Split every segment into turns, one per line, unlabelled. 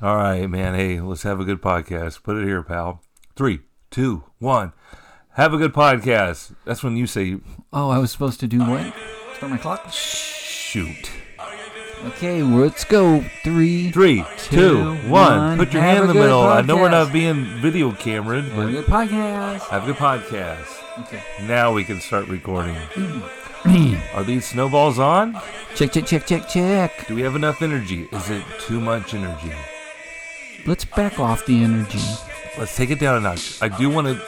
All right, man. Hey, let's have a good podcast. Put it here, pal. Three, two, one. Have a good podcast. That's when you say,
Oh, I was supposed to do what? Start my clock?
shoot.
Okay, let's go. Three.
Three, two,
Two,
one.
one.
Put your
Have
hand
a
in the
good
middle. I know we're
podcast.
not being video camered,
Have
but
a good podcast.
have a good podcast.
Okay.
Now we can start recording. Are these snowballs on?
Check, check, check, check, check.
Do we have enough energy? Is it too much energy?
Let's back off the energy.
Let's take it down a notch. I do want to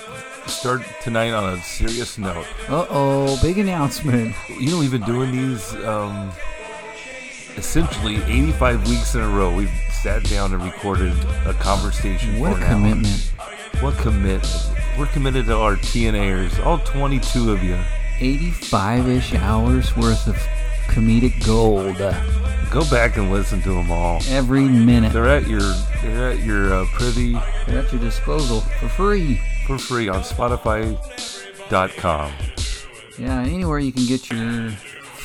start tonight on a serious note.
Uh oh, big announcement.
You know, we've been doing these um, essentially 85 weeks in a row. We've sat down and recorded a conversation
What
for
a
an hour.
commitment.
What commitment? We're committed to our TNAers, all 22 of you.
85 ish hours worth of comedic gold
Go back and listen to them all.
every minute.
They're at your they're at your uh, privy
They're at your disposal for free.
for free on Spotify.com.
Yeah, anywhere you can get your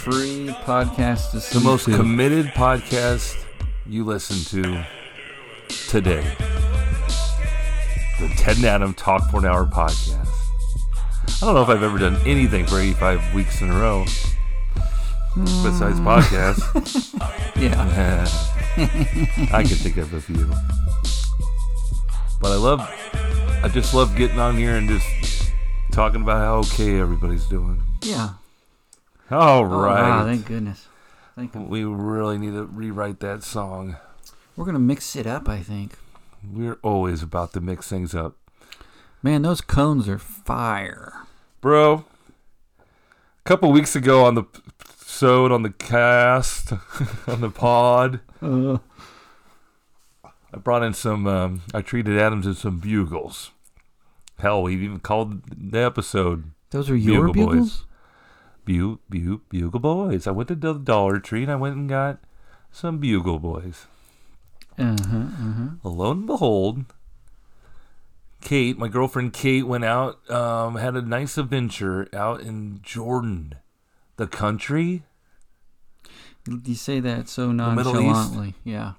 free podcast. to
The most
listen to.
committed podcast you listen to today. The Ted and Adam Talk for an Hour podcast. I don't know if I've ever done anything for 85 weeks in a row besides
Hmm.
podcasts.
Yeah.
I can think of a few. But I love, I just love getting on here and just talking about how okay everybody's doing.
Yeah.
All
Oh, wow,
right.
thank goodness. Thank
we really need to rewrite that song.
We're gonna mix it up, I think.
We're always about to mix things up.
Man, those cones are fire.
Bro, a couple weeks ago on the p- episode, on the cast, on the pod,
Uh,
I brought in some, um, I treated Adams to some bugles. Hell, we even called the episode
those are your
Bugle Boys.
bugles.
Bu- Bu- Bugle Boys. I went to the Dollar Tree and I went and got some Bugle Boys.
Uh huh. Uh-huh.
lo and behold, Kate, my girlfriend Kate, went out, um, had a nice adventure out in Jordan, the country.
You say that so
Middle East?
nonchalantly. Yeah.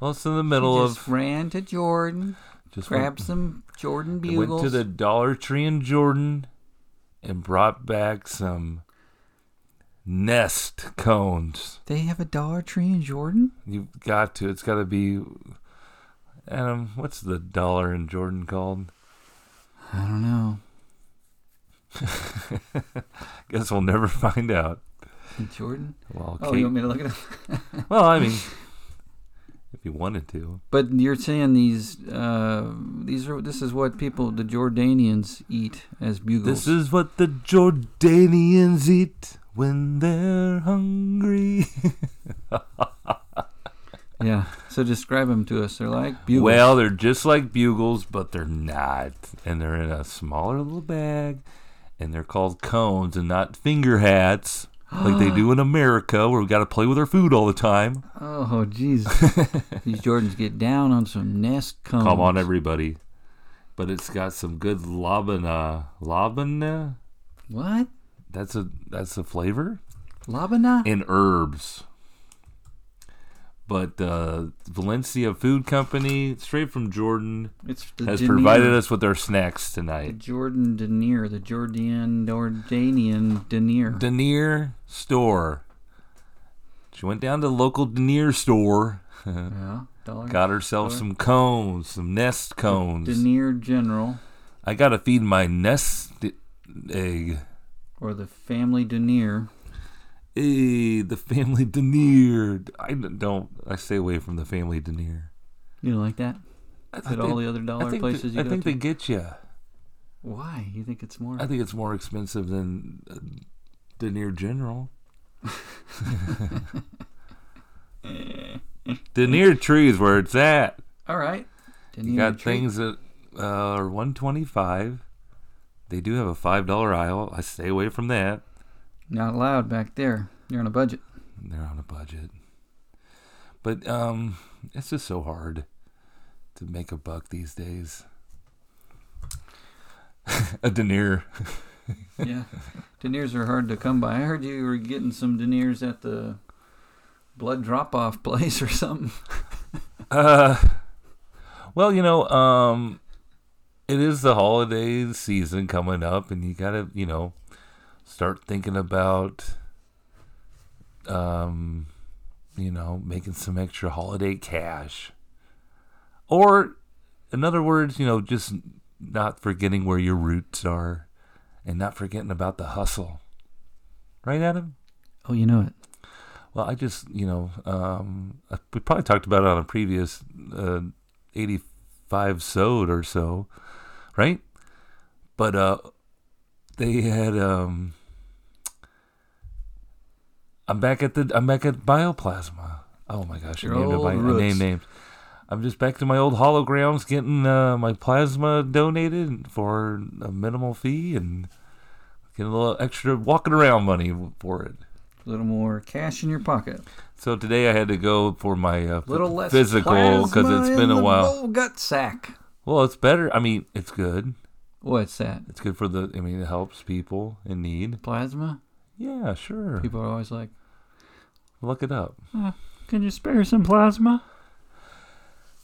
Well, it's in the middle
just
of
ran to Jordan,
just went-
grabbed some Jordan
they went
bugles.
to the Dollar Tree in Jordan and brought back some nest cones.
They have a Dollar Tree in Jordan.
You've got to. It's got to be. Adam, what's the dollar in Jordan called?
I don't know.
Guess we'll never find out.
In Jordan.
Well,
Oh,
Kate,
you want me to look it up?
well, I mean, if you wanted to.
But you're saying these, uh, these are this is what people the Jordanians eat as bugles.
This is what the Jordanians eat when they're hungry.
yeah. So describe them to us. They're like bugles.
Well, they're just like bugles, but they're not. And they're in a smaller little bag, and they're called cones and not finger hats like they do in America where we got to play with our food all the time.
Oh, jeez. These Jordans get down on some nest cones.
Come on, everybody. But it's got some good labana. Labana?
What?
That's a that's a flavor?
Labana?
and herbs. But uh, Valencia Food Company, straight from Jordan,
It's the
has
Jordanian-
provided us with our snacks
the
tonight.
Jordan denier, the Jordan Jordanian denier.
Denier store. She went down to the local Denier store,
yeah, dollar.
got herself some cones, some nest cones.
Denier General
I gotta feed my nest egg.
or the family denier.
Hey, the family Denier. I don't. I stay away from the family Denier.
You know, like that? Is it all the other dollar places you
I
go
think
to?
they get you.
Why? You think it's more?
I think it's more expensive than uh, the near general. the near tree is where it's at.
all right. Denier
You got
treat.
things that uh, are one twenty five. They do have a five dollar aisle. I stay away from that.
Not allowed back there. You're on a budget.
They're on a budget, but um, it's just so hard to make a buck these days. a denier.
yeah, deniers are hard to come by. I heard you were getting some deniers at the blood drop-off place or something.
Uh, well, you know, um, it is the holiday season coming up, and you gotta, you know, start thinking about, um, you know, making some extra holiday cash, or, in other words, you know, just not forgetting where your roots are, and not forgetting about the hustle. Right, Adam?
Oh, you know it.
Well, I just, you know, um, I- we probably talked about it on a previous uh, 85 sode or so, right? But uh, they had. Um, I'm back at the. I'm back at bioplasma. Oh my gosh! I
Your
named, it
old
by, I
roots.
named names. I'm just back to my old holograms, getting uh, my plasma donated for a minimal fee and getting a little extra walking around money for it.
A little more cash in your pocket.
So today I had to go for my uh,
A little less
physical because
plasma
it's been
in
a
the
while.
old gut sack.
Well, it's better. I mean, it's good.
What's that?
It's good for the. I mean, it helps people in need.
Plasma.
Yeah, sure.
People are always like,
Look it up.
"Can you spare some plasma?"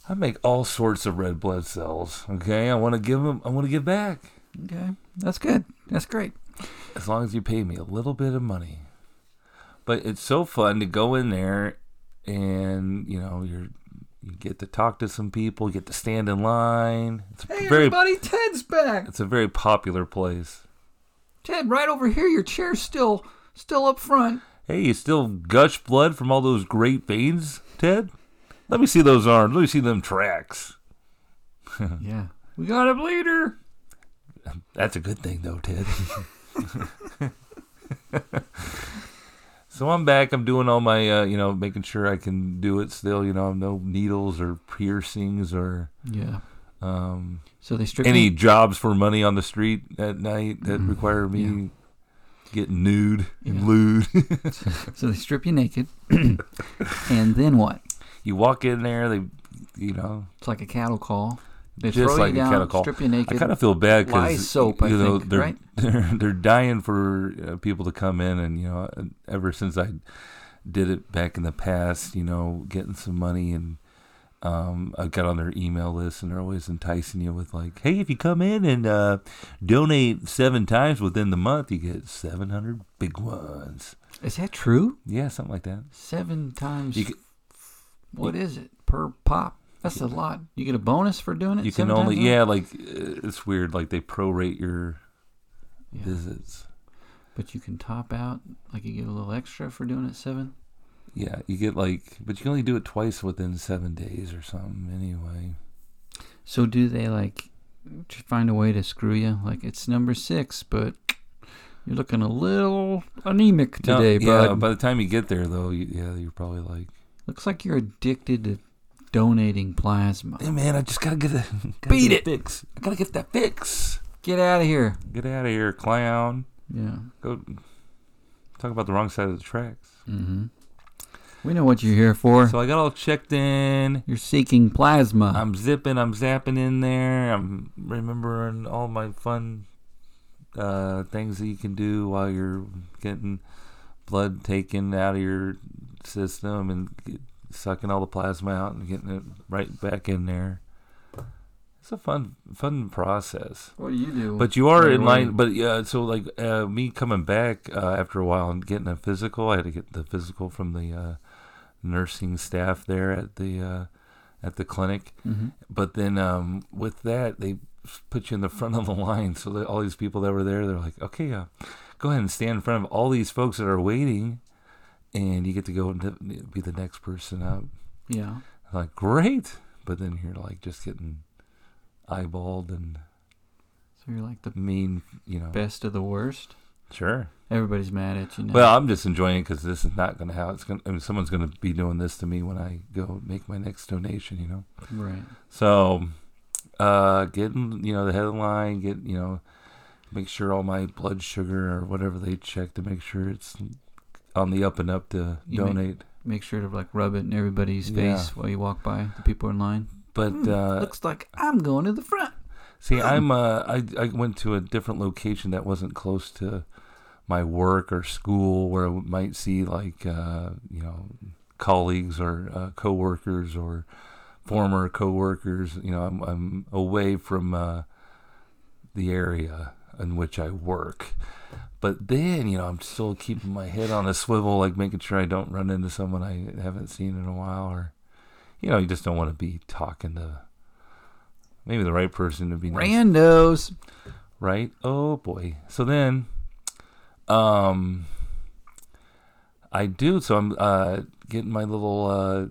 I make all sorts of red blood cells. Okay, I want to give them. I want to give back.
Okay, that's good. That's great.
as long as you pay me a little bit of money. But it's so fun to go in there and you know you're you get to talk to some people, you get to stand in line. It's
Hey,
very
everybody, Ted's back.
it's a very popular place.
Ted, right over here. Your chair's still still up front.
Hey, you still gush blood from all those great veins, Ted? Let me see those arms. Let me see them tracks.
yeah, we got a bleeder.
That's a good thing though, Ted. so I'm back. I'm doing all my, uh, you know, making sure I can do it still. You know, no needles or piercings or
Yeah.
um,
So they strip
any
you- Mm-hmm.
jobs for money on the street at night that require me getting nude and
Yeah.
lewd.
So they strip you naked, and then what?
you walk in there, they, you know,
It's like a cattle call. They
Just
throw
like a
you down,
cattle call.
strip you
I
naked.
kind of feel bad
Lye
because
soap, I
you know
think,
they're,
right?
they're they're dying for uh, people to come in, and you know, uh, ever since I did it back in the past, you know, getting some money and. Um, I got on their email list, and they're always enticing you with like, "Hey, if you come in and uh, donate seven times within the month, you get seven hundred big ones."
Is that true?
Yeah, something like that.
Seven times.
You c-
what is it per pop? That's a lot. You get a bonus for doing it.
You
seven
can only,
times?
yeah, like uh, it's weird. Like they prorate your
Yeah.
visits.
But you can top out, like you get a little extra for doing it seven.
Yeah, you get like, but you can only do it twice within seven days or something. Anyway,
So do they like tr- find a way to screw you? Like it's number six, but you're looking a little anemic
No,
today,
yeah.
bud.
By the time you get there, though, you, yeah, you're probably like,
Looks like you're addicted to donating plasma.
hey man, I just gotta get a gotta
Beat
get
it.
a fix. I gotta get that fix.
Get out of here.
Get out of here, clown.
Yeah.
Go talk about the wrong side of the tracks.
Mm-hmm. We know what you're here for.
So I got all checked in.
you're seeking plasma.
I'm zipping, I'm zapping in there. I'm remembering all my fun uh, things that you can do while you're getting blood taken out of your system and get, sucking all the plasma out and getting it right back in there. It's a fun, fun process.
what do you do?
But you are
Yeah,
in
what do
line.
you-
But yeah, so like uh, me coming back uh, after a while and getting a physical, I had to get the physical from the uh, nursing staff there at the uh, at the clinic.
Mhm.
But then um, with that, they put you in the front of the line. So that all these people that were there, they're like, okay, uh, go ahead and stand in front of all these folks that are waiting, and you get to go and be the next person up.
yeah.
I'm like, great. But then you're like just getting eyeballed and
So you're like the
mean, you know.
best of the worst.
Sure.
Everybody's mad at you now.
Well, I'm just enjoying it because this is not going to how it's going. to I mean, someone's going to be doing this to me when I go make my next donation. You know.
right.
So, uh, getting you know the headline, get you know, make sure all my blood sugar or whatever they check to make sure it's on the up and up to
You make-
donate.
Make sure to like rub it in everybody's
Yeah.
face while you walk by the people in line.
but
Hmm,
uh,
looks like I'm going to the front.
see, I'm uh, I I went to a different location that wasn't close to my work or school where I might see like uh, you know colleagues or uh, coworkers or former coworkers. You know, I'm, I'm away from uh, the area in which I work. But then, you know, I'm still keeping my head on a swivel, like making sure I don't run into someone I haven't seen in a while, or you know, you just don't want to be talking to maybe the right person to be nice
Randos.
right? Oh boy. So then, um, I do. So I'm uh, getting my little uh,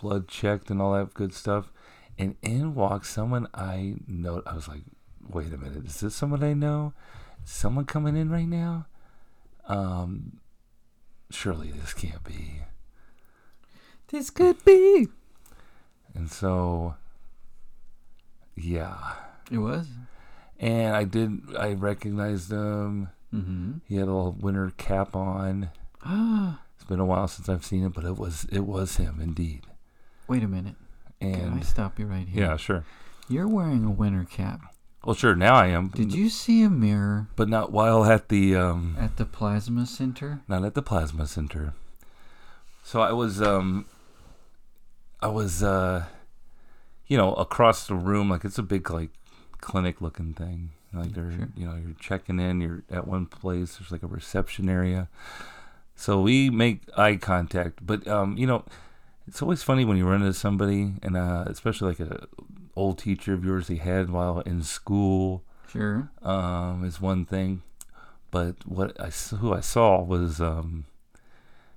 blood checked and all that good stuff, and in walks someone I know. I was like, wait a minute, is this someone I know? Is someone coming in right now? Um, surely this can't be.
This could be.
And so, yeah.
It was.
And I did. I recognized him.
Mm-hmm.
He had a little winter cap on.
Ah,
It's been a while since I've seen it, but it was it was him indeed.
wait a minute. Can I
And
stop you right here?
yeah, sure.
You're wearing a winter cap.
Well, sure. Now I am.
Did you see a mirror
But not while at the um,
at the plasma center?
not at the plasma center. So I was um, I was uh, you know, across the room. Like it's a big like clinic looking thing. Like they're
Sure.
you know you're checking in. You're at one place. There's like a reception area. So we make eye contact, but um, you know, it's always funny when you run into somebody, and uh, especially like a old teacher of yours they had while in school
Sure.
um, is one thing, but what I s- who I saw was, um,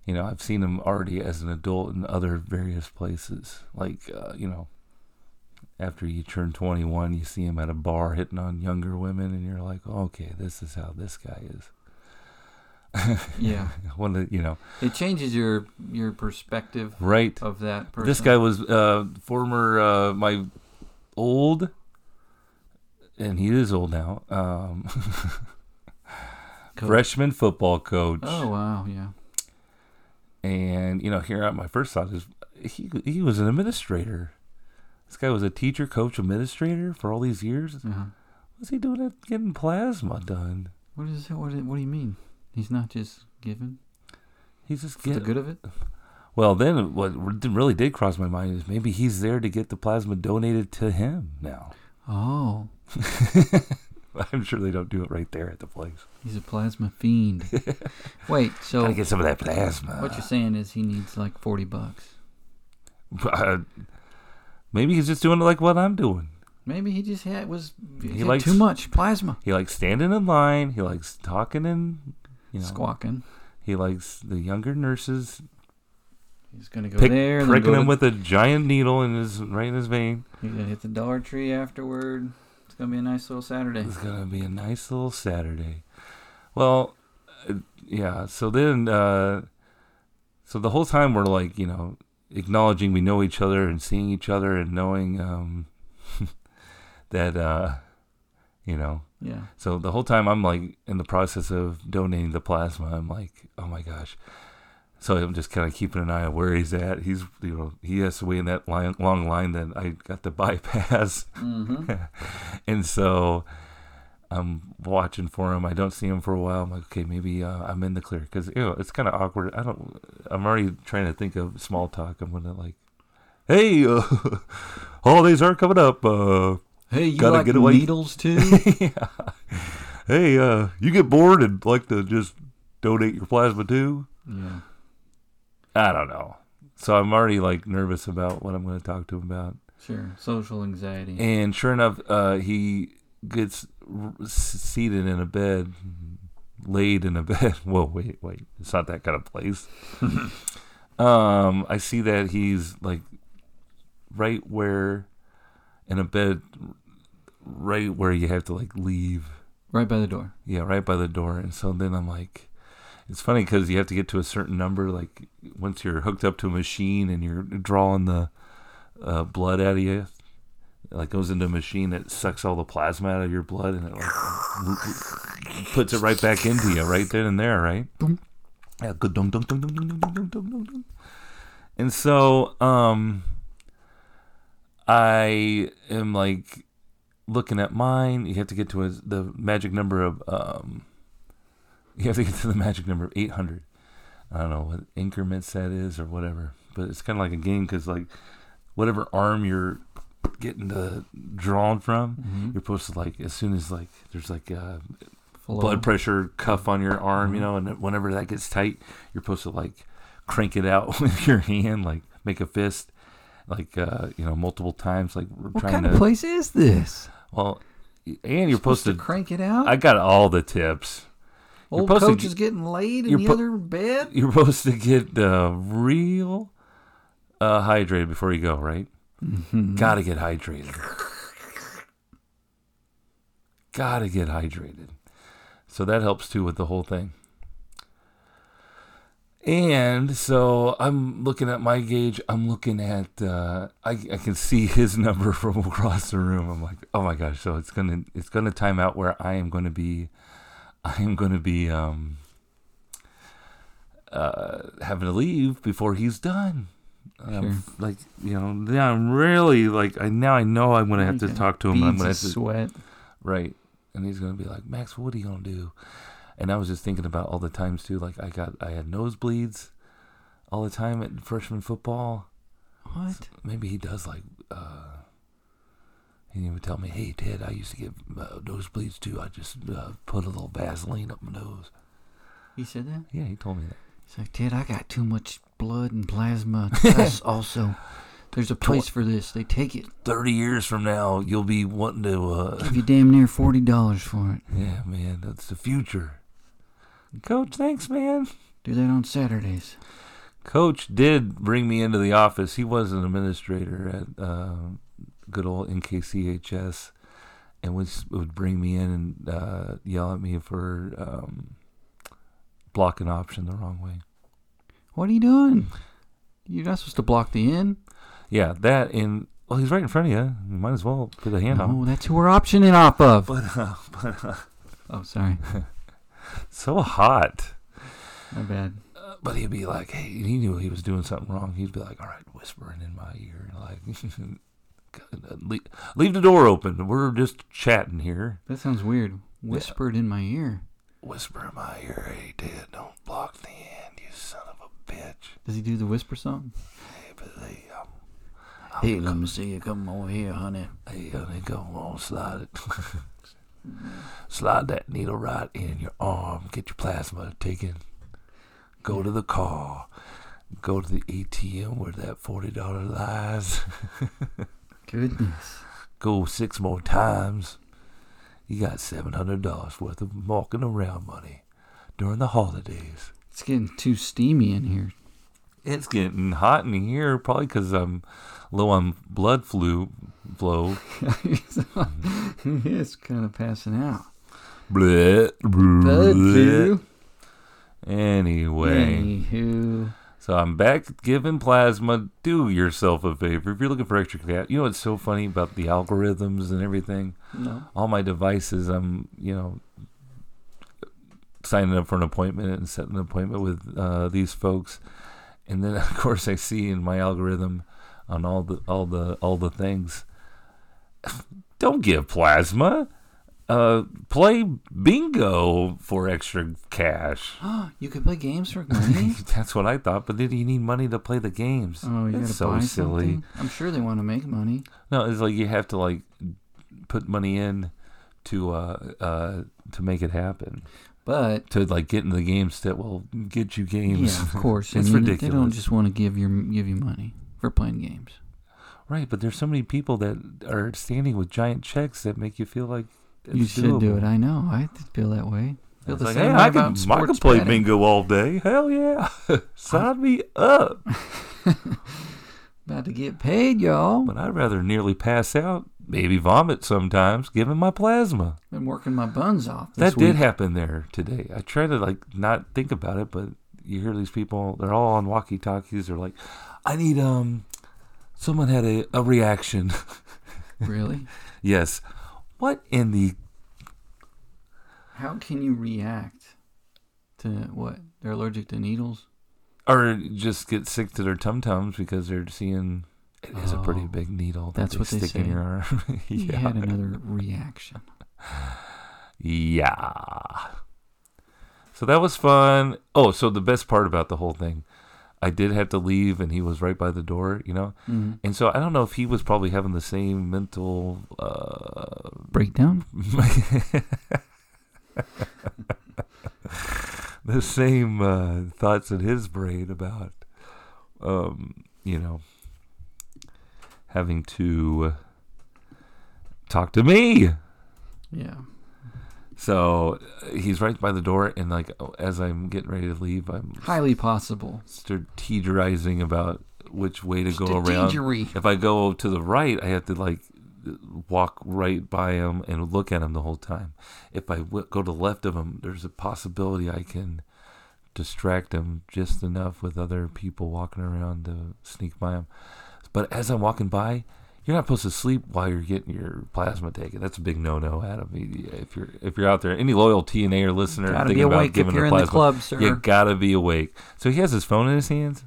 you know, I've seen him already as an adult in other various places, like uh, you know, after you turn twenty one, you see him at a bar hitting on younger women, and you're like, okay, this is how this guy is.
Yeah.
One of the- you know,
it changes your your perspective
right?
of that person.
This guy was uh, former uh, my old, and he is old now. Um,
Coach.
freshman football coach.
Oh wow. Yeah.
and you know here my first thought is he he was an administrator this guy was a teacher coach administrator for all these years
Uh-huh.
what's he doing at getting plasma done
What is it? What, do- what do you mean? He's not just given
he's just
for the
getting
good of it.
well then what really did cross my mind is maybe he's there to get the plasma donated to him now
Oh,
i'm sure they don't do it right there at the place
he's a plasma fiend. Wait. So
gotta get uh, some of that plasma
what you're saying is he needs like forty bucks.
Uh, maybe he's just doing it like what i'm doing
Maybe he just had was he
He
had
likes-
too much plasma.
he likes standing in line he likes talking in you know
Squawking.
he likes the younger nurses
He's gonna go
pick,
there. and then
pricking
go
him
to-
with a giant needle in his right in his vein.
He's gonna hit the Dollar Tree afterward. It's gonna be a nice little Saturday.
It's gonna be a nice little Saturday. Well, uh, yeah. So then, uh, so the whole time we're like, you know, acknowledging we know each other and seeing each other and knowing um, that, uh, you know.
Yeah.
So the whole time I'm like in the process of donating the plasma, I'm like, oh my gosh. So I'm just kind of keeping an eye on where he's at. He's, you know, he has to wait in that line, long line that I got to bypass.
Mm-hmm.
And so I'm watching for him. I don't see him for a while. I'm like, okay, maybe uh, I'm in the clear because you know it's kind of awkward. I don't. I'm already trying to think of small talk. I'm gonna like, hey, uh, holidays are coming up. Uh,
Hey, you
Gotta
like
get away.
needles too?
yeah. Hey, uh, you get bored and like to just donate your plasma too?
yeah.
I don't know. So I'm already like nervous about what I'm going to talk to him about.
Sure. Social anxiety.
And sure enough, uh, he gets r- s- seated in a bed, laid in a bed. Whoa, wait, wait. It's not that kind of place. um, I see that he's like right where in a bed, right where you have to like leave.
right by the door.
Yeah, right by the door. And so then I'm like, it's funny because you have to get to a certain number. Like once you're hooked up to a machine and you're drawing the uh, blood out of you, it, like goes into a machine that sucks all the plasma out of your blood and it like puts it right back into you right then and there, right?
Boom.
Yeah, good dunk, dunk, dunk, dunk, dunk, dunk, dunk, dunk, dunk, dunk. And so, um, I am like looking at mine. You have to get to a, the magic number of um. You have to get to the magic number of eight hundred. I don't know what increments that is or whatever, but it's kind of like a game because like whatever arm you're getting the drawn from, you're supposed to like as soon as like there's like a
Flow.
blood pressure cuff on your arm,
Mm-hmm.
you know, and whenever that gets tight, you're supposed to like crank it out with your hand, like make a fist, like uh, you know, multiple times, like we're
What
trying
kind
to
of place is this?
well, and you're supposed, to.
crank it out.
I got all the tips.
Old
supposed to
coach
g-
is getting laid in
you're
the
pu-
other bed.
You're supposed to get uh, real uh, hydrated before you go, right?
Mm-hmm.
Gotta get hydrated. Gotta get hydrated. So that helps too with the whole thing. And so I'm looking at my gauge. I'm looking at. Uh, I, I can see his number from across the room. I'm like, oh my gosh! So it's gonna it's gonna time out where I am gonna be, I am gonna be um, uh, having to leave before he's done. And I'm
Sure.
f- like you know, now I'm really like I now I know I'm gonna have to
Okay.
talk to him. I'm
Beads
gonna
of
have to
sweat.
Right. And he's gonna be like, Max, what are you gonna do? And I was just thinking about all the times too, like I got I had nosebleeds all the time at freshman football.
What?
Maybe he does like uh he didn't even tell me, hey Ted, I used to get uh, nosebleeds too. I just uh, put a little Vaseline up my nose.
He said that.
Yeah, he told me that.
He's like, Ted, I got too much blood and plasma. Us also. There's a place for this. They take it.
Thirty years from now, you'll be wanting to. uh
Give you damn near forty dollars for it.
Yeah, man, that's the future. Coach, thanks, man.
Do that on Saturdays.
Coach did bring me into the office. He was an administrator at uh, good old NKCHS, and was, would bring me in and uh, yell at me for um, blocking option the wrong way.
What are you doing? You're not supposed to block the in.
Yeah, that and well, he's right in front of you. You might as well put a hand on.
No, Oh, that's who we're optioning off of.
But, uh, but uh,
Oh, sorry.
so hot.
My bad.
Uh, but he'd be like, hey, he knew he was doing something wrong. He'd be like, all right, whispering in my ear, like, leave, leave the door open. We're just chatting here.
That sounds weird. Whispered in my ear.
whisper in my ear, hey, Dad, don't block the end, you son of a bitch.
Does he do the whisper song?
Hey, Billy, I'm,
Hey, let me see you come over here, honey.
hey, honey, go on, slide it. slide that needle right in your arm, get your plasma taken, go to the car, go to the ATM where that $40 lies,
Goodness.
go six more times. You got $700 worth of walking around money during the holidays.
It's getting too steamy in here.
It's getting hot in here, probably because I'm low on blood flu, flow.
it's kind of passing out.
Bleh,
But
bleh.
you-
Anyway,
Mm. Anywho.
so I'm back giving plasma. Do yourself a favor if you're looking for extra cat. You know what's so funny about the algorithms and everything?
No.
All my devices, I'm you know signing up for an appointment and setting an appointment with uh, these folks, and then of course I see in my algorithm on all the all the all the things. Don't give plasma. Uh, play bingo for extra cash.
you could play games for money?
That's what I thought. But then you need money to play the games.
Oh, you
That's
gotta
so
buy
silly.
something. I'm sure they want to make money.
No, it's like you have to like put money in to uh uh to make it happen.
But
To like get in the games that will get you games.
yeah, of course.
It's
I mean, They don't
ridiculous.
just want to give your give you money for playing games.
Right, but there's so many people that are standing with giant checks that make you feel like it's
you should do
doable.
it. I know. I feel that way. Feel
It's
the
like,
same
hey,
way
I
about
can, I can
sports
play
betting.
bingo all day. Hell yeah. Sign me up.
About to get paid, y'all.
But I'd rather nearly pass out, maybe vomit sometimes, given my plasma.
Been working my buns off. This
That did
week.
happen there today. I try to like not think about it, but you hear these people, they're all on walkie talkies. They're like, I need, um, someone had a, a reaction.
really.
yes. What in the,
How can you react to what? They're allergic to needles.
or just get sick to their tum tums because they're seeing it is a pretty
Oh,
big needle that
that's
they
what they
stick in
say.
your arm.
He had another reaction.
Yeah. So that was fun. Oh, so the best part about the whole thing, I did have to leave, and he was right by the door, you know.
Mhm.
And so I don't know if he was probably having the same mental. Uh,
Breakdown?
the same uh, thoughts in his brain about, um, you know, having to uh, talk to me.
Yeah.
So uh, he's right by the door, and like oh, as I'm getting ready to leave, I'm
Highly possible.
strategizing about which way to go around.
Strategery.
If I go to the right, I have to like walk right by him and look at him the whole time. If I w- go to the left of him, there's a possibility I can distract him just enough with other people walking around to sneak by him. But as I'm walking by, you're not supposed to sleep while you're getting your plasma taken. That's a big no-no, Adam. If you're if you're out there, any loyal TNA listener
Gotta
thinking
be
about
awake if
giving
you're
the
in the
plasma,
club, sir.
you gotta be awake. So he has his phone in his hands,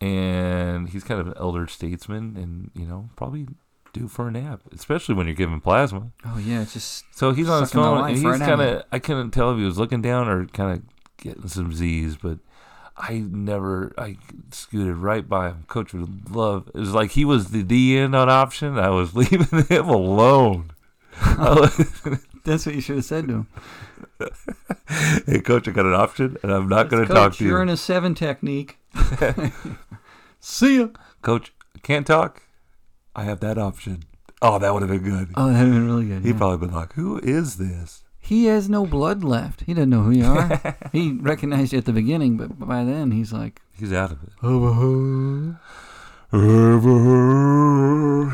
and he's kind of an elder statesman, and you know probably due for a nap, especially when you're giving plasma.
Oh yeah, it's just
So he's on his
Sucking the
phone,
life
and he's
right out
kind
of
of I couldn't tell if he was looking down or kind of getting some Z's, but I never I scooted right by him. Coach would love it was like he was the DN on option. I was leaving him alone. I was-
that's what you should have said to him.
hey, coach, I got an option, and I'm not going to
Coach,
talk to you.
you're in a seven technique. See ya.
Coach, can't talk. I have that option. Oh, that would have been good.
Oh, that'd have been really good.
He'd
yeah.
probably been like, "Who is this?"
He has no blood left. He doesn't know who you are. he recognized you at the beginning, but by then he's like,
He's out of it.
Ever
Well,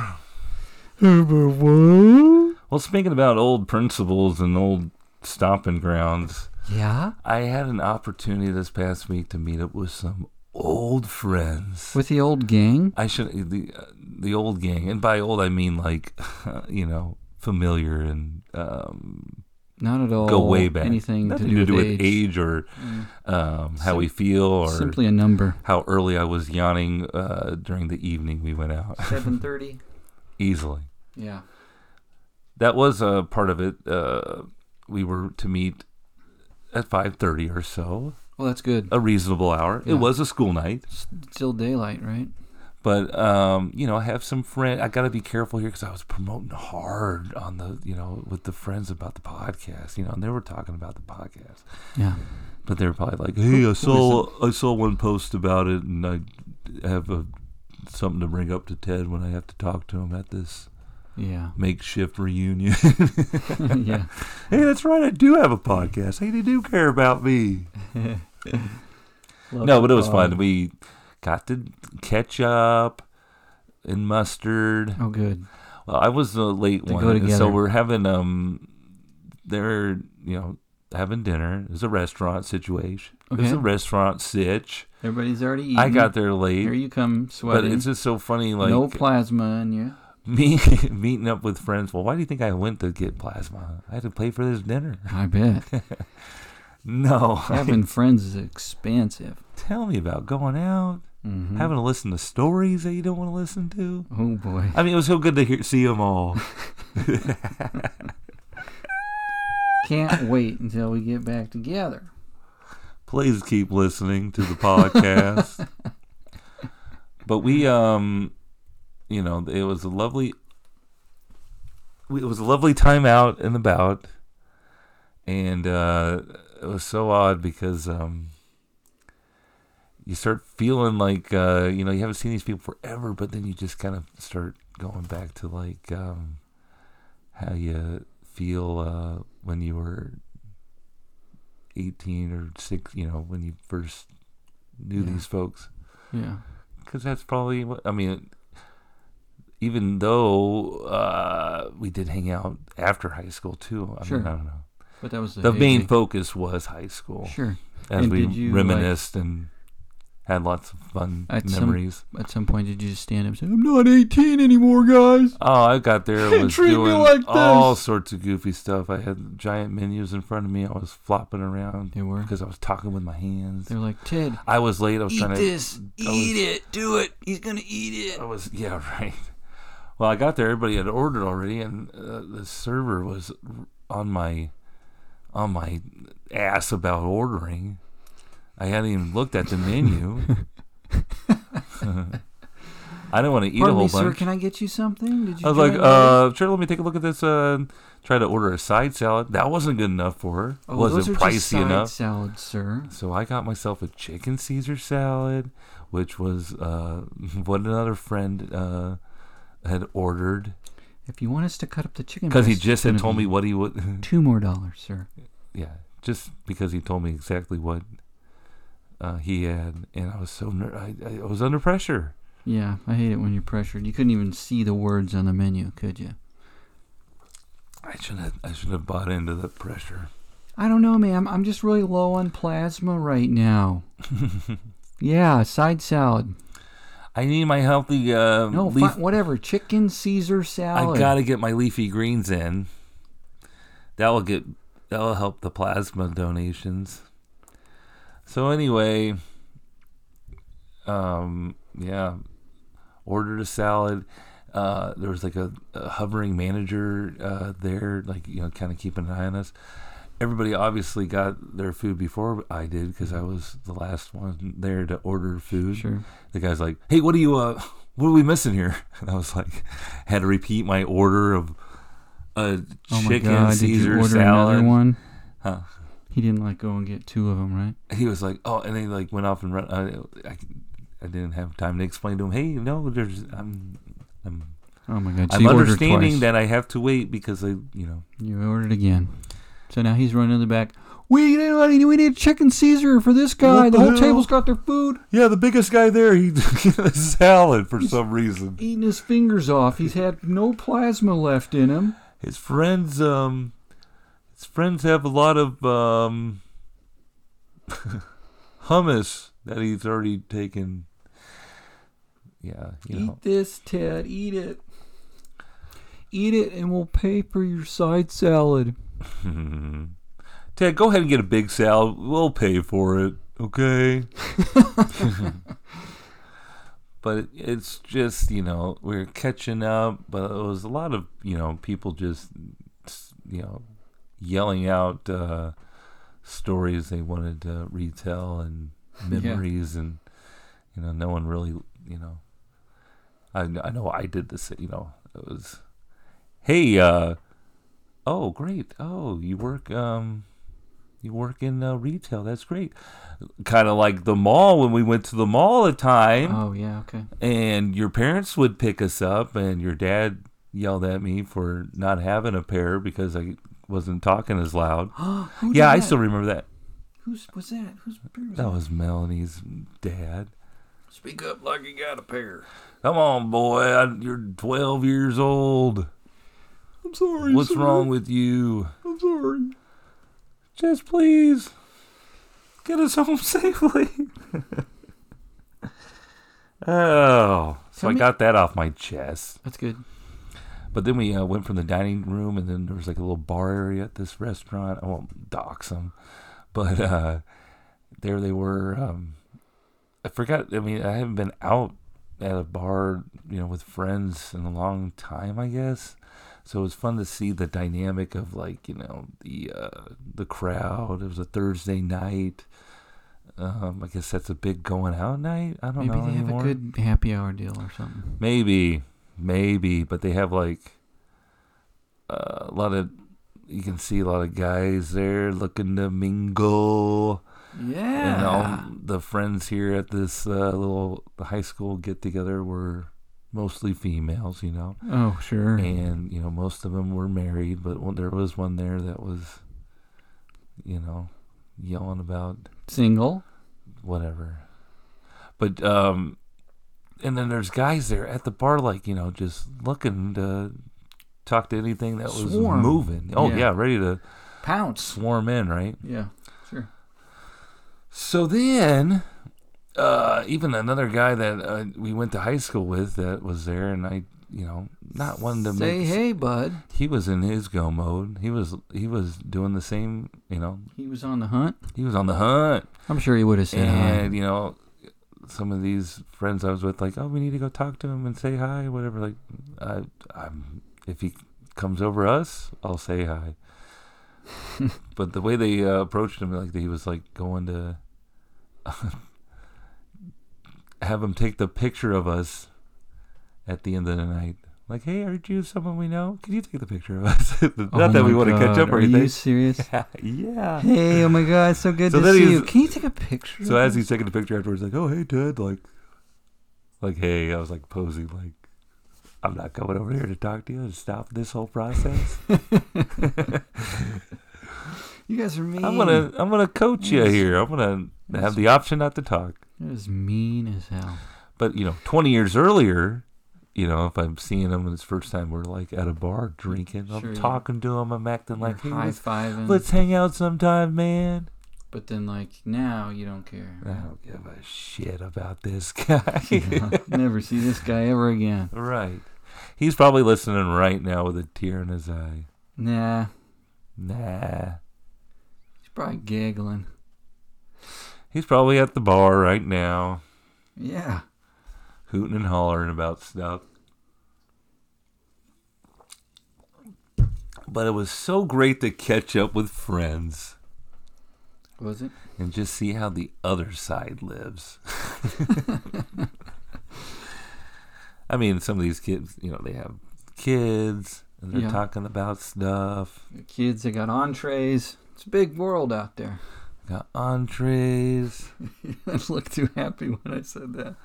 what?
speaking about old principles and old stomping grounds,
Yeah?
I had an opportunity this past week to meet up with some old friends.
With the old gang?
I should the uh, the old gang, and by old I mean like, you know, familiar and um,
Not at all.
go way back.
Anything
Nothing
to do, with, age.
or
Mm.
um, how
Sim-
we feel or
Simply a number.
how early I was yawning uh, during the evening we went out
Seven thirty.
easily.
Yeah.
That was a part of it. Uh, we were to meet at five thirty or so,
Well, that's good.
a reasonable hour.
Yeah.
It was a school night,
S- Still daylight, right?
but um, you know, I have some friend. I got to be careful here because I was promoting hard on the you know with the friends about the podcast. You know, and they were talking about the podcast.
Yeah.
But they were probably like, "Hey, I
is
saw I saw one post about it, and I have a, something to bring up to Ted when I have to talk to him at this
Yeah.
makeshift reunion."
yeah.
hey, that's right, I do have a podcast. Hey, they do care about me.
Love
no, but it was
dog.
fun. We got to ketchup and mustard.
Oh, good.
Well, I was the late
They
one,
go
and so
together.
we're having um, they're you know having dinner. It's a restaurant situation. It's
Okay.
a restaurant sitch.
Everybody's already eating.
I got there
Here
late,
you come,
but
sweating.
it's just so funny. Like
no plasma in you.
me meeting up with friends. Well, why do you think I went to get plasma? I had to pay for this dinner.
I bet.
No, I-
Having friends is expensive.
tell me about going out.
Mm-hmm.
having to listen to stories that you don't want to listen to.
oh boy.
I mean, it was so good to hear, see them all.
Can't wait until we get back together.
Please keep listening to the podcast. but we, um, you know, it was a lovely, we- it was a lovely time out and about, and uh, it was so odd because um, you start feeling like uh, you know you haven't seen these people forever, but then you just kind of start going back to like um, how you feel uh, when you were 18 or 6 you know when you first knew
Yeah.
these folks
Yeah.
because that's probably what i mean even though uh, we did hang out after high school too i
Sure.
mean i don't know
But that was the,
the main
hazy-
focus was high school
Sure.
as
And
we
did you, like-
reminisced and had lots of fun
At some-
memories
At some point, did you just stand up and say, "I'm not 18 anymore, guys"?
oh i got there
They
was
treat me
doing
like
all
this.
sorts of goofy stuff i had giant menus in front of me i was flopping around
They were.
because i was talking with my hands
They're like, "Ted,
i was late i was
eat
trying to
this,
I was-
eat it, do it. He's gonna eat it."
I was yeah right. Well, I got there. Everybody had ordered already, and uh, the server was on my on my ass about ordering. I hadn't even looked at the menu. I didn't want to eat
Pardon
a whole
me, sir.
bunch.
Can I get you something? Did you?
I was like,
try that?
uh, sure, let me take a look at this. Uh, and try to order a side salad. That wasn't good enough for her.
oh,
wasn't
those are
pricey
just side
enough.
salad, sir.
So I got myself a chicken Caesar salad, which was uh, what another friend uh, had ordered
If you want us to cut up the chicken,
because he
breast,
just
it's
had
gonna
told
be
me what he would.
two more dollars, sir.
yeah, just because he told me exactly what uh, he had, and I was so ner- I, I was under pressure.
Yeah, I hate it when you're pressured. You couldn't even see the words on the menu, could you?
I should have I should have bought into the pressure.
I don't know, ma'am. I'm just really low on plasma right now. yeah, side salad.
I need my healthy uh,
No, fi-
leaf
whatever. Chicken Caesar salad.
I gotta get my leafy greens in. That will get that will help the plasma donations. So anyway, um, yeah, ordered a salad. Uh, there was like a, a hovering manager uh, there, like you know, kind of keeping an eye on us. Everybody obviously got their food before I did because I was the last one there to order food
Sure.
the guy's like, "Hey, what are you? Uh, what are we missing here?" And I was like, had to repeat my order of a
Oh my
chicken
God! did you
Caesar
order another
salad.
one?
Huh.
He didn't like go and get two of them, right?
He was like, "Oh," and he like went off and run. I, I, I didn't have time to explain to him. Hey, no, there's I'm. I'm,
Oh my God! So
I'm
you ordered
understanding
twice.
that I have to wait because I, you know,
You ordered again. So now he's running in the back. We need, we need chicken Caesar for this guy.
What
The
the
whole
hell?"
table's got their food.
yeah, the biggest guy there, he a salad for some reason.
Eating his fingers off. He's had no plasma left in him.
His friends, um, his friends have a lot of um, hummus that he's already taken. Yeah, you know.
Eat this, Ted. Eat it. Eat it, and we'll pay for your side salad.
Ted, go ahead and get a big salad. We'll pay for it, okay? but it, it's just you know we're catching up. But it was a lot of you know people just you know yelling out uh, stories they wanted to retell and
Yeah.
memories, and you know no one really you know. I kn- I know I did this. You know it was, hey. uh Oh, great. Oh, you work um you work in uh, retail. That's great. Kind of like the mall when we went to the mall a time
Oh yeah, okay.
and your parents would pick us up and your dad yelled at me for not having a pair because I wasn't talking as loud.
Who
Yeah, I
did that?
still remember that.
Who's was that? Who's beer was
That was Melanie's dad.
Speak up like you got a pair.
Come on, boy. I, you're 12 years old.
I'm sorry.
What's
sir.
wrong with you?
I'm sorry.
Just please get us home safely. oh, so
Tell
I
me-
got that off my chest.
That's good.
But then we uh, went from the dining room, and then there was like a little bar area at this restaurant. I won't dox them, but uh, there they were. Um, I forgot. I mean, I haven't been out at a bar, you know, with friends in a long time. I guess. So it was fun to see the dynamic of like you know the uh, the crowd. It was a Thursday night. Um, I guess that's a big going out night. I don't
Maybe
know
they have
anymore.
a good happy hour deal or something.
Maybe, maybe, but they have like uh, a lot of. You can see a lot of guys there looking to mingle,
Yeah.
and all the friends here at this uh, little high school get together were mostly females, you know,
Oh sure.
and you know most of them were married, but one, there was one there that was, you know, yelling about
Single.
whatever. But um and then there's guys there at the bar like, you know, just looking to talk to anything that was
Swarm.
moving. Oh
Yeah.
yeah. ready to
Pounce.
swarm in, right?
Yeah. Sure.
So then uh even another guy that uh, we went to high school with that was there and I, you know, not one to
Say
make
hey, bud.
he was in his go mode. He was he was doing the same, you know.
He was on the hunt.
He was on the hunt.
I'm sure he would have said hi.
and you know some of these friends I was with like oh we need to go talk to him and say hi whatever like I I'm if he comes over us I'll say hi but the way they uh, approached him like he was like going to have him take the picture of us at the end of the night. Like, hey, aren't you someone we know? Can you take the picture of us? Not
Oh
that
my
we want to catch
God,
up or
Are you
anything.
serious?
yeah.
Hey, oh my god, so good
So
to
then
see
he's-
you. Can you take a picture?
So
of
as
us?
he's taking the picture afterwards, like, oh hey Ted, like, like hey, I was like posing, like, I'm not coming over here to talk to you and stop this whole process.
you guys are mean.
I'm gonna, I'm gonna coach you
Yes.
here. I'm gonna have the option not to talk.
That is mean as hell.
But you know, 20 years earlier, you know, if I'm seeing him and it's first time, we're like at a bar drinking. I'm
Sure, yeah.
talking to him. I'm acting like, hey,
high
let's,
fiving,
let's hang out sometime, man.
but then like now you don't care.
I don't give a shit about this guy.
Never see this guy ever again.
Right. He's probably listening right now with a tear in his eye.
Nah,
Nah.
he's probably giggling.
He's probably at the bar right now,
Yeah,
hooting and hollering about stuff. But it was so great to catch up with friends
was it?
and just see how the other side lives. I mean, some of these kids, you know, they have kids and they're
Yeah.
talking about stuff.
The kids, they got entrees. It's a big world out there.
Got entrees.
I looked too happy when I said that.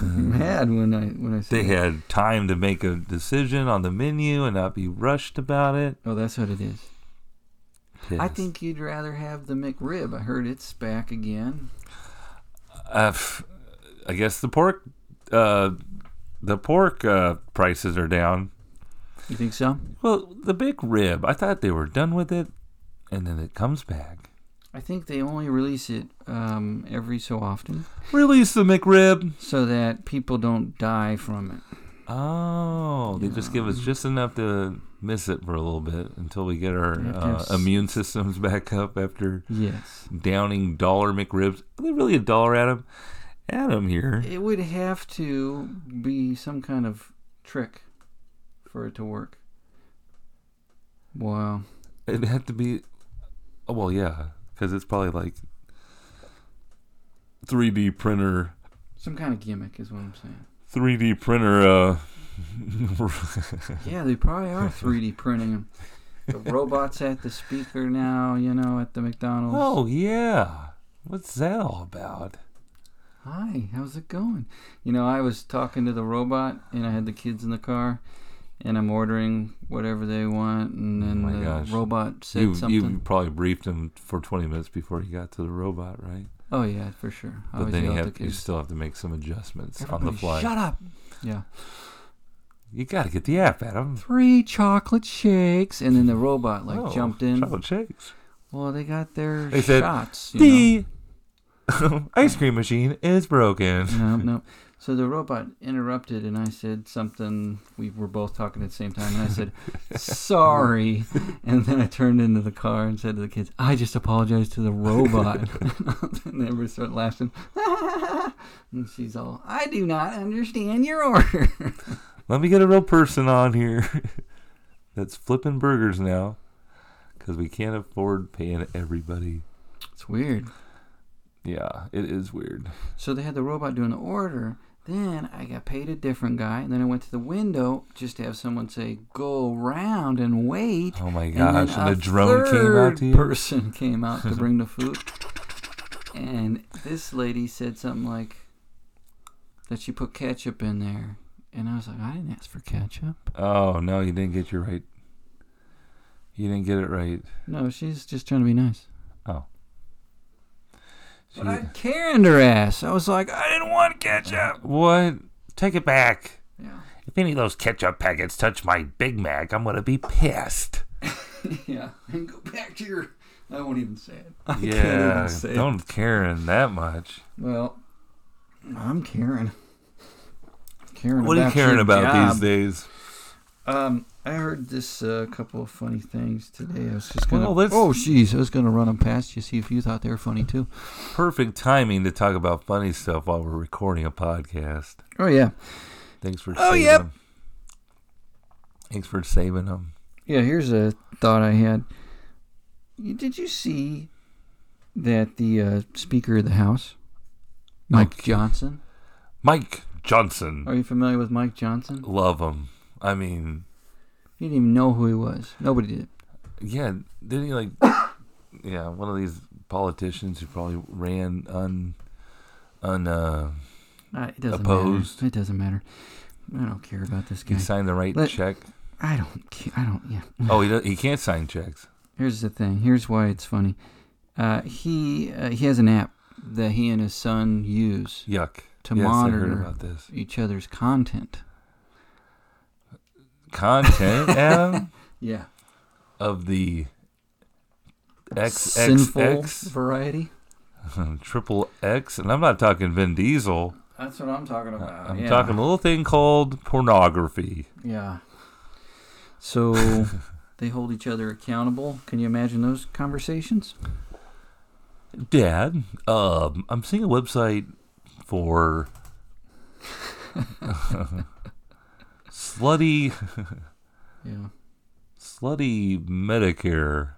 Mad when I when I
they
said. that.
had time to make a decision on the menu and not be rushed about it.
Oh, that's what it is. I
Pissed.
think you'd rather have the McRib. I heard it's back again.
Uh, f- I guess the pork, uh, the pork uh, prices are down.
You think so?
Well, the big rib. I thought they were done with it, and then it comes back.
I think they only release it um, every so often
Release the McRib.
so that people don't die from it.
Oh, they just give us
Yeah.
just enough to miss it for a little bit until we get our
Yeah,
uh,
there's-
immune systems back up after
Yes.
downing dollar McRibs. Are they really a dollar at 'em? At 'em here.
It would have to be some kind of trick for it to work. Wow.
It'd have to be. Oh, well, yeah, because it's probably like 3D printer,
Some kind of gimmick is what I'm saying.
3D printer. Uh,
Yeah, they probably are 3D printing them. The robot's at the speaker now, you know, at the McDonald's.
oh yeah, what's that all about?
Hi, how's it going? You know, I was talking to the robot and I had the kids in the car and I'm ordering whatever they want and then
Oh my
the
gosh.
robot said
You
something.
you probably briefed him for 20 minutes before he got to the robot, right?
Oh yeah, for sure.
But
I always
then you
yell at
have
the
you
kids.
still have to make some adjustments on the
"Everybody
fly.
Shut up. Yeah.
You got to get the app, Adam.
Three chocolate shakes and then the robot like
Oh,
jumped in.
Chocolate shakes.
Well, they got their
They said,
shots. you know.
The ice cream machine is broken.
no, no. So the robot interrupted, and I said something. We were both talking at the same time, and I said, "Sorry," and then I turned into the car and said to the kids, "I just apologized to the robot." and they were sort of laughing, and she's all, "I do not understand your order."
Let me get a real person on here that's flipping burgers now because we can't afford paying everybody.
It's weird.
Yeah, it is weird.
So they had the robot doing the order. Then I got paid a different guy, and then I went to the window just to have someone say, "Go round and wait."
Oh my
And then
gosh, and,
a
the drone came out to
third
you?
person came out to bring the food. And this lady said something like that she put ketchup in there. And I was like, I didn't ask for ketchup.
oh no, you didn't get your right. You didn't get it right.
No, she's just trying to be nice.
She,
But I Karen her ass. I was like, I didn't want ketchup.
what? Take it back.
Yeah.
If any of those ketchup packets touch my Big Mac, I'm going to be pissed.
Yeah. And go back to your. I won't even say it. I can't
yeah,
even say it.
don't Karen that much.
Well, I'm Karen. Karen
What are you
about your
caring about
job.
these days?
Um, I heard this uh, couple of funny things today. I was just gonna.
Well, let's-
Oh, jeez, I was gonna run them past you, see if you thought they were funny too.
perfect timing to talk about funny stuff while we're recording a podcast.
Oh yeah,
Thanks for
Oh,
saving
yep.
them. Thanks for saving them.
yeah. Here's a thought I had. You- Did you see that the uh, Speaker of the House, Mike
Okay.
Johnson,
Mike Johnson.
Are you familiar with Mike Johnson?
Love him. I mean,
You didn't even know who he was. Nobody did.
yeah, didn't he like, yeah, one of these politicians who probably ran un, un, uh,
Uh, it doesn't
Opposed.
matter. It doesn't matter. I don't care about this guy.
he signed the right
Let-
check.
I don't. ca- I don't. Yeah.
Oh, he does, he can't sign checks.
Here's the thing. Here's why it's funny. Uh, he uh, he has an app that he and his son use
Yuck.
to
yes, I heard
monitor
about this
each other's content.
content Adam,
Yeah.
of the
Sinful
XXX
variety.
triple X, and I'm not talking Vin Diesel.
That's what I'm talking about.
Uh, I'm
Uh, yeah.
talking a little thing called pornography.
Yeah. So they hold each other accountable. Can you imagine those conversations?
Dad, um, I'm seeing a website for slutty,
Yeah.
slutty Medicare.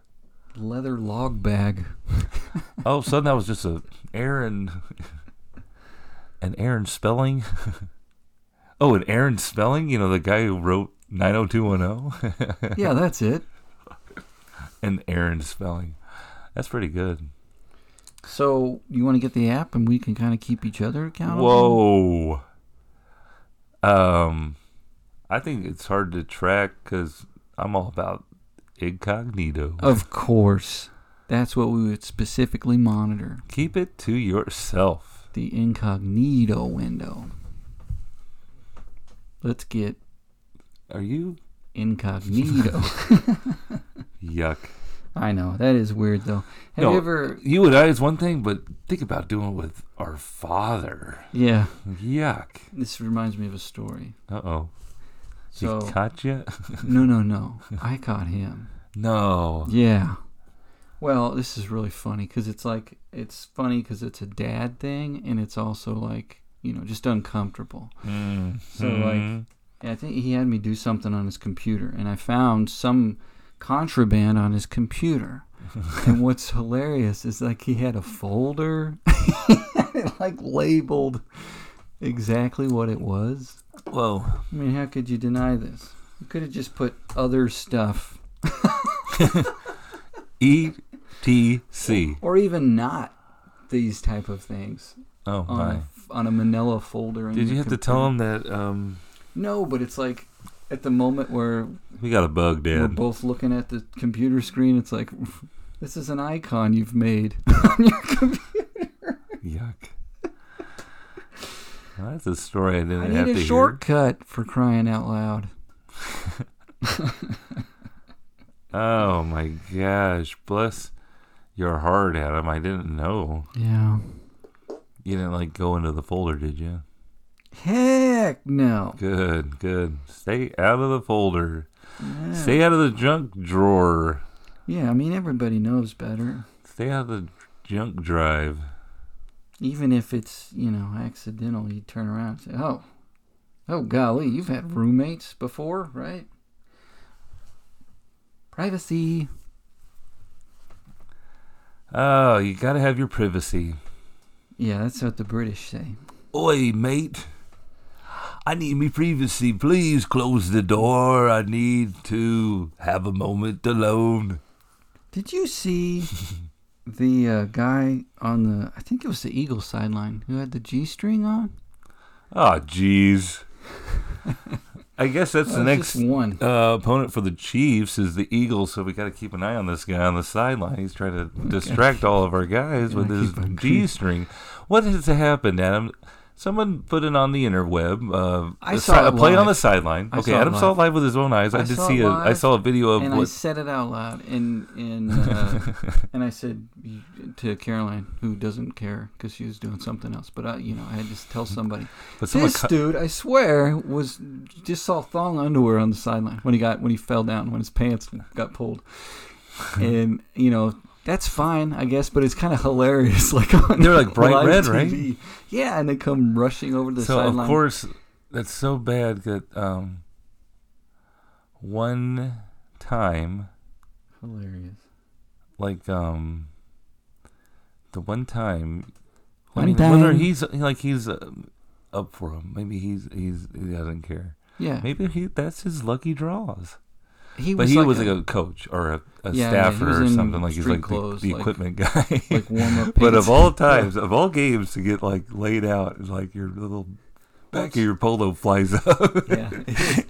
Leather log bag.
Oh, of a sudden that was just a Aaron, an Aaron Spelling. Oh, an Aaron Spelling. You know the guy who wrote 90210.
Yeah, that's it.
An Aaron Spelling. That's pretty good.
So you want to get the app, and we can kind of keep each other
Whoa.
accountable.
Um, I think it's hard to track because I'm all about incognito.
Of course, that's what we would specifically monitor:
Keep it to yourself.
the incognito window. Let's get
Are you
incognito.
yuck?
I know that is weird, though. Have
No.
you ever?
You and I is one thing, but think about doing it with our father.
Yeah,
Yuck.
this reminds me of a story.
Uh oh.
So
he caught you?
no, no, no. I caught him.
No.
Yeah. Well, this is really funny because it's like it's funny because it's a dad thing, and it's also like you know just uncomfortable.
Mm.
So, like- And I think he had me do something on his computer, and I found some contraband on his computer. and what's hilarious is like he had a folder, it like labeled exactly what it was.
whoa.
I mean, how could you deny this? You could have just put other stuff,
E T C.
or even not these type of things.
Oh
on
my.
a, f- on a manila folder. in
Did
your
you have to
computer.
tell him that um
No, but it's like at the moment where
we got a bug,
we're
Dad?
both looking at the computer screen, it's like, this is an icon you've made on your computer.
Yuck. Well, that's a story I didn't
I
have
need
to
a shortcut for crying out loud.
hear. Oh my gosh. Bless your heart, Adam. I didn't know.
Yeah.
You didn't like go into the folder, did you?
Heck no.
Good, good. Stay out of the folder.
Yeah.
Stay out of the junk drawer.
yeah, I mean, everybody knows better.
Stay out of the junk drive.
Even if it's, you know, accidental, you turn around and say, oh, oh, golly, you've had roommates before, right? Privacy.
Oh, you gotta have your privacy.
Yeah, that's what the British say.
Oi, mate. I need me privacy. Please close the door. I need to have a moment alone.
Did you see the uh, guy on the? I think it was the Eagles sideline who had the G string on.
Ah, jeez. I guess that's the
That was
next
just one.
uh, opponent for the Chiefs is the Eagles, so we got to keep an eye on this guy on the sideline. He's trying to distract all of our guys with
Gotta
his
keep on
G string. What has happened, Adam? Someone put it on the interweb. Uh,
I
a
saw
si-
it
a play on
live.
the sideline.
I
okay,
saw it
Adam saw it
live.
live with his own eyes. I,
I
did
saw
see
it
a. I
live,
saw a video of
And I
what
said it out loud, and and uh, and I said to Caroline, who doesn't care because she was doing something else. But I, you know, I had to tell somebody.
But someone
This
cut
dude, I swear, was just saw thong underwear on the sideline when he got when he fell down when his pants got pulled, and you know that's fine, I guess, but it's kind of hilarious. Like on
They're like bright
live
red,
TV. Yeah, and they come rushing over the
so
sideline.
of course that's so bad that um, one time
hilarious.
like um the one time I
One
mean, whether
time.
he's like he's uh, up for him. Maybe he's he's he doesn't care.
Yeah.
Maybe he that's his lucky draws.
He
But he was
like
like a coach or a, a
Yeah, yeah, he
staffer
was
or
in
something. Like he's
street
like the,
clothes,
the
like-
equipment guy.
like warm up.
but of all times, of all games to get like laid out, it's like your little back of your polo flies up
yeah,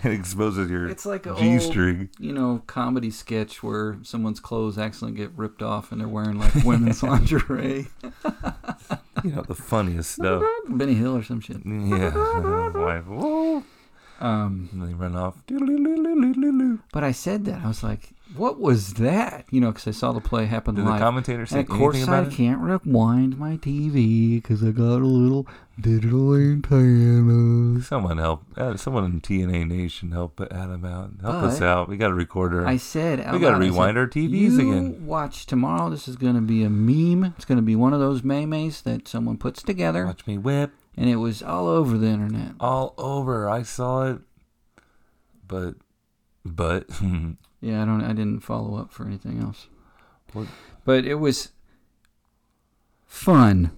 and exposes your
it's like a
G
old,
string.
you know comedy sketch where someone's clothes accidentally get ripped off and they're wearing like women's lingerie,
You know the funniest stuff.
Benny Hill or some shit.
Yeah, wife. Whoa.
Um,
And they run off. Did
but I said that I was like, "What was that?" You know, because I saw the play happen
the
live.
commentator say
And of course,
anything
I
about it?
can't rewind my TV because I got a little digital antenna.
Someone help. Uh, someone in TNA Nation help Adam out. Help us
But-
out. We got a recorder.
I said,
we
out
got to
loud, I said,
rewind our TVs
you
again.
Watch tomorrow. This is going to be a meme. It's going to be one of those memes that someone puts together,
Watch me whip
and it was all over the internet.
all over. I saw it, but but hmm,
Yeah, I don't. I didn't follow up for anything else.
What?
But it was fun.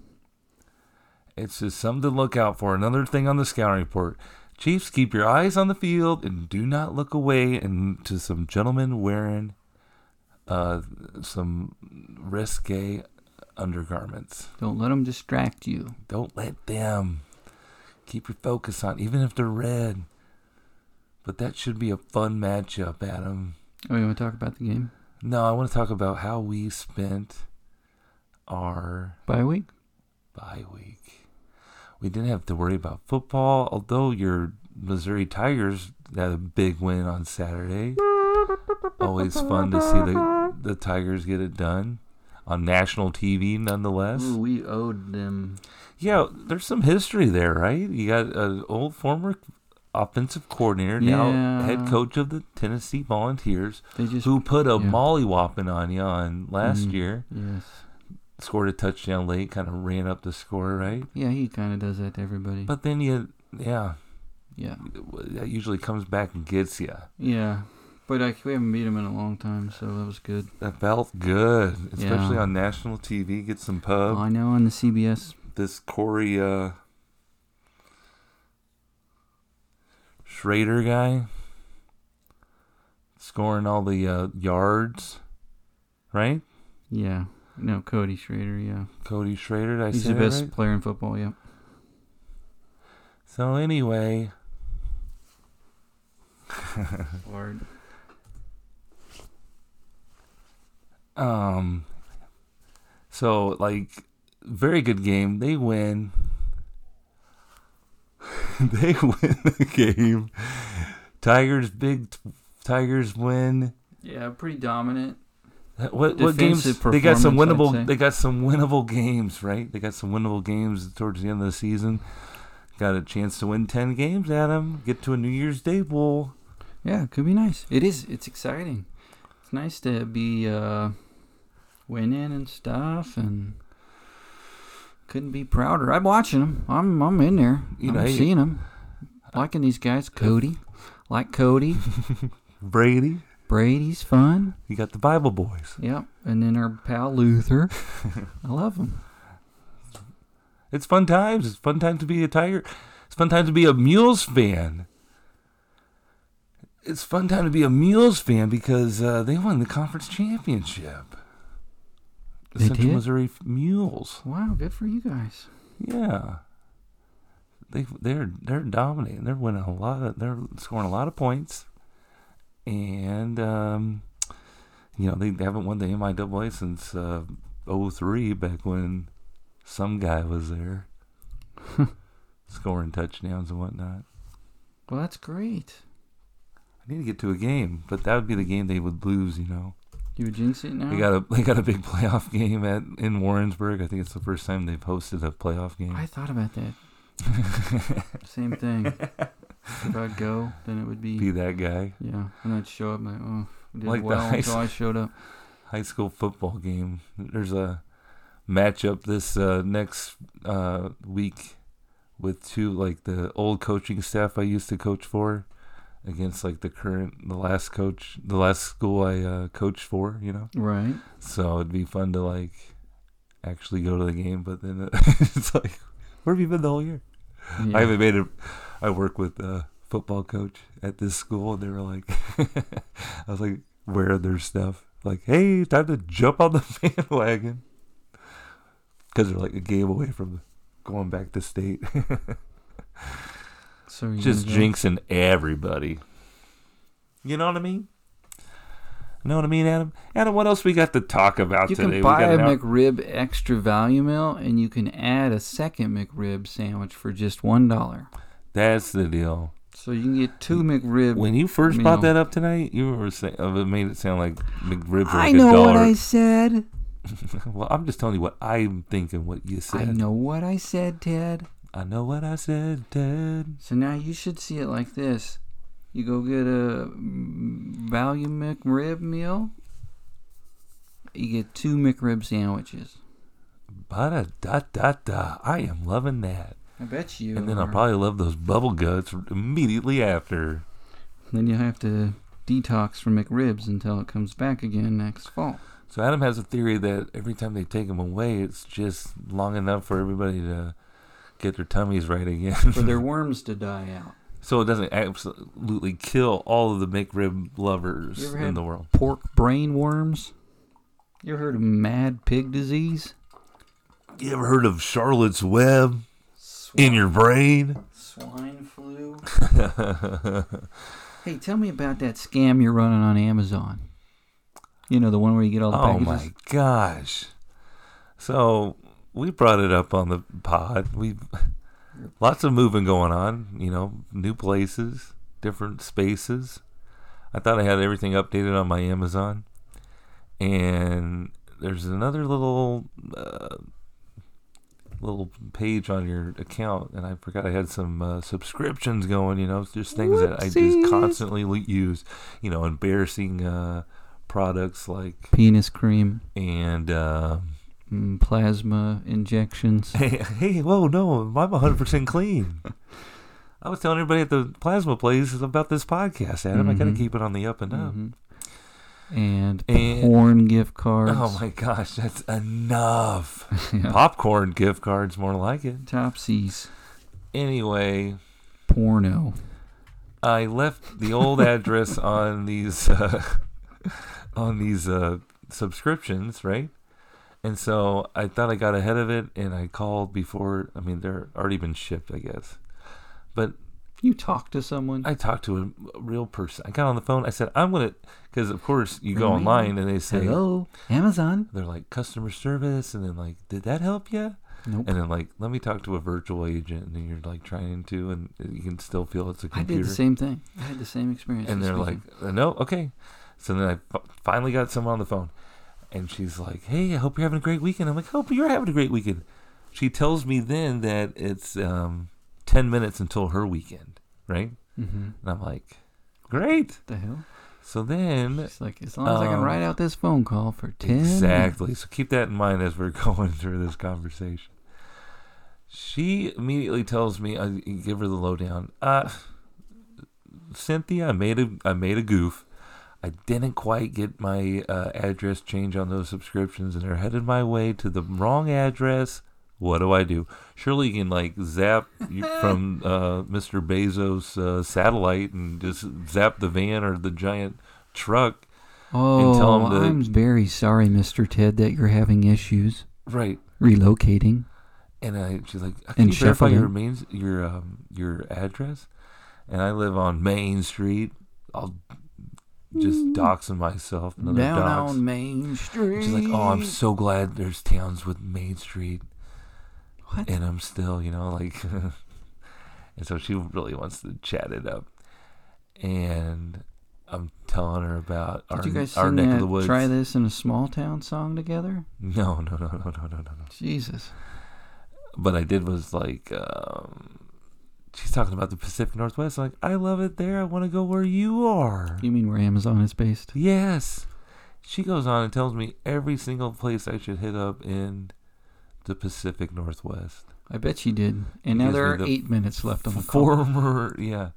it's just something to look out for. Another thing on the scouting report. Chiefs, keep your eyes on the field and do not look away and to some gentlemen wearing uh, some risque undergarments.
Don't let them distract you.
Don't let them. Keep your focus on, even if they're red. But that should be a fun matchup, Adam.
Oh, you want to talk about the game
No, I want to talk about how we spent our
bye week?
bye week. We didn't have to worry about football, although your Missouri Tigers had a big win on Saturday. Always fun to see the, the Tigers get it done on national TV, nonetheless.
Ooh, we owed them.
Yeah, there's some history there, right? You got an old former offensive coordinator, now
Yeah.
head coach of the Tennessee Volunteers,
They just
who put a
Yeah.
molly whopping on you on last
Mhm.
year.
yes.
Scored a touchdown late, kind of ran up the score, right?
Yeah, he kind of does that to everybody.
But then you, yeah,
yeah,
that usually comes back and gets you.
yeah. But like, we haven't beat him in a long time, so that was good.
That felt good, especially
Yeah.
on national TV. Get some pub.
I know on the CBS.
this Corey uh, Schrader guy scoring all the uh, yards, right?
Yeah. No, Cody Schrader. Yeah,
Cody Schrader, did I
he's
say
the
that
best
right?
player in football. Yeah.
So anyway,
Lord.
um, so like, very good game. They win. they win the game. Tigers big. Tigers win.
Yeah, pretty dominant.
That- What, what games?
Defensive
They got some
performance, I'd
winnable.
say.
They got some winnable games, right? They got some winnable games towards the end of the season. Got a chance to win ten games, Adam. Get to a New Year's Day bowl.
Yeah, it could be nice. It is. It's exciting. It's nice to be uh, winning and stuff, and couldn't be prouder. I'm watching them. I'm I'm in there.
You
I'm
know, hey-
seeing them, liking these guys. Cody, like Cody.
Brady,
Brady's fun.
you got the Bible boys.
Yep. And then our pal Luther. I love him.
It's fun times. It's fun times to be a Tiger. It's fun times to be a Mules fan. It's fun time to be a Mules fan because uh, they won the conference championship. The
They
Central
did?
Missouri Mules.
Wow, good for you guys.
Yeah. They they're they're dominating. They're winning a lot of they're scoring a lot of points. And um you know, they, they haven't won the MIAA since uh 03 back when some guy was there scoring touchdowns and whatnot.
Well, that's great.
I need to get to a game, but that would be the game they would lose, you know.
You would jinx it now.
They got a they got a big playoff game at in Warrensburg. I think it's the first time they've hosted a playoff game.
I thought about that. Same thing. if I'd go, then it would be,
be that guy.
yeah. And I'd show up and like, oh, we did
Like the
well
high
until I showed up.
high school football game. There's a matchup this uh, next uh, week with two like the old coaching staff I used to coach for against like the current the last coach the last school I uh, coached for. You know,
Right.
so it'd be fun to like actually go to the game, but then it's like where have you been the whole year?
Yeah.
I haven't made it. I work with a football coach at this school, and they were like, I was like wearing their stuff. Like, hey, time to jump on the bandwagon. Because they're like a game away from going back to state.
so are you
Just
gonna go?
jinxing everybody. You know what I mean? Know what I mean, Adam? Adam, what else we got to talk about
You
today?
can buy
we
a
got an hour-
McRib extra value meal, and you can add a second McRib sandwich for just one dollar.
That's the deal.
So you can get two McRib.
When you first brought
meal.
that up tonight, you were saying uh, it made it sound like McRib was like
I
a
know what
dollar.
I said.
well, I'm just telling you what I'm thinking. What you said.
I know what I said, Ted.
I know what I said, Ted.
So now you should see it like this: you go get a mm, value McRib meal. You get two McRib sandwiches.
Bada da da da. I am loving that.
I bet you.
And then I'll
are.
probably love those bubble guts immediately after.
Then you have to detox from McRibs until it comes back again next fall.
So Adam has a theory that every time they take them away, it's just long enough for everybody to get their tummies right again.
For their worms to die out.
so it doesn't absolutely kill all of the McRib lovers
You ever
in
had
the world.
Pork brain worms? You ever heard of mad pig disease?
You ever heard of Charlotte's Web? in your brain.
Swine flu. hey, tell me about that scam you're running on Amazon. You know, the one where you get all the
Oh
packages?
my gosh. So we brought it up on the pod. We lots of moving going on, you know, new places, different spaces. I thought I had everything updated on my Amazon. And there's another little uh, little page on your account and I forgot I had some uh, subscriptions going, you know, just things that I
Whoopsies.
just constantly le- use, you know, embarrassing uh, products like
Penis cream,
and uh,
mm, plasma injections.
hey, hey, whoa, no, I'm 100 percent clean. I was telling everybody at the plasma place about this podcast, Adam. I gotta
Mhm.
keep it on the up and up.
Mhm. And,
And-
porn gift cards.
Oh my gosh, that's enough.
Yeah.
Popcorn gift cards, more like it.
Topsies.
Anyway,
Porno.
I left the old address on these uh, on these uh, subscriptions, right? And so I thought I got ahead of it, and I called before. I mean, they're already been shipped, I guess. But
You talk to someone.
I talked to a real person. I got on the phone. I said, "I'm gonna," because of course you go
Really?
online and they say
Hello, Amazon.
they're like customer service, and then like, "Did that help you?"
Nope.
And then like, "Let me talk to a virtual agent," and then you're like trying to, and you can still feel it's a
I
computer.
did the same thing. I had the same experience.
and
this
they're like,
weekend.
uh, "No, okay." So then I fi- finally got someone on the phone, and she's like, "Hey, I hope you're having a great weekend." I'm like, "Hope you're having a great weekend." She tells me then that it's um, ten minutes until her weekend, right?
Mhm.
And I'm like, "Great."
the hell?
So then
It's like, as long as I can
Um,
write out this phone call for 10
Exactly. So keep that in mind as we're going through this conversation. She immediately tells me, I give her the lowdown. Uh, Cynthia, I made a I made a goof. I didn't quite get my uh, address change on those subscriptions, and they're headed my way to the wrong address. What do I do? Surely you can like zap you from uh, Mr. Bezos' uh, satellite and just zap the van or the giant truck
Oh,
tell 'em to-
I'm very sorry, Mr. Ted, that you're having issues
right
relocating.
And I, she's like, "Uh,
And
"Can you verify
shuffle
your
them.
main, your um, your address?" And I live on Main Street. I'll just doxing myself. Another
Mm. Down
dox.
on Main Street.
she's like, "Oh, I'm so glad there's towns with Main Street."
What?
And I'm still, you know, like, and so she really wants to chat it up, and I'm telling her about our,
Did you guys
our
sing
neck
that
of the woods.
Try This in a Small Town song together?
No, no, no, no, no, no, no, no.
Jesus.
but I did was like, um, she's talking about the Pacific Northwest. like, I love it there. I want to go where you are.
You mean where Amazon is based?
Yes. She goes on and tells me every single place I should hit up in the Pacific Northwest.
I bet she did. And now
Gives
there
me
are
the
eight minutes left on the call.
Former, yeah.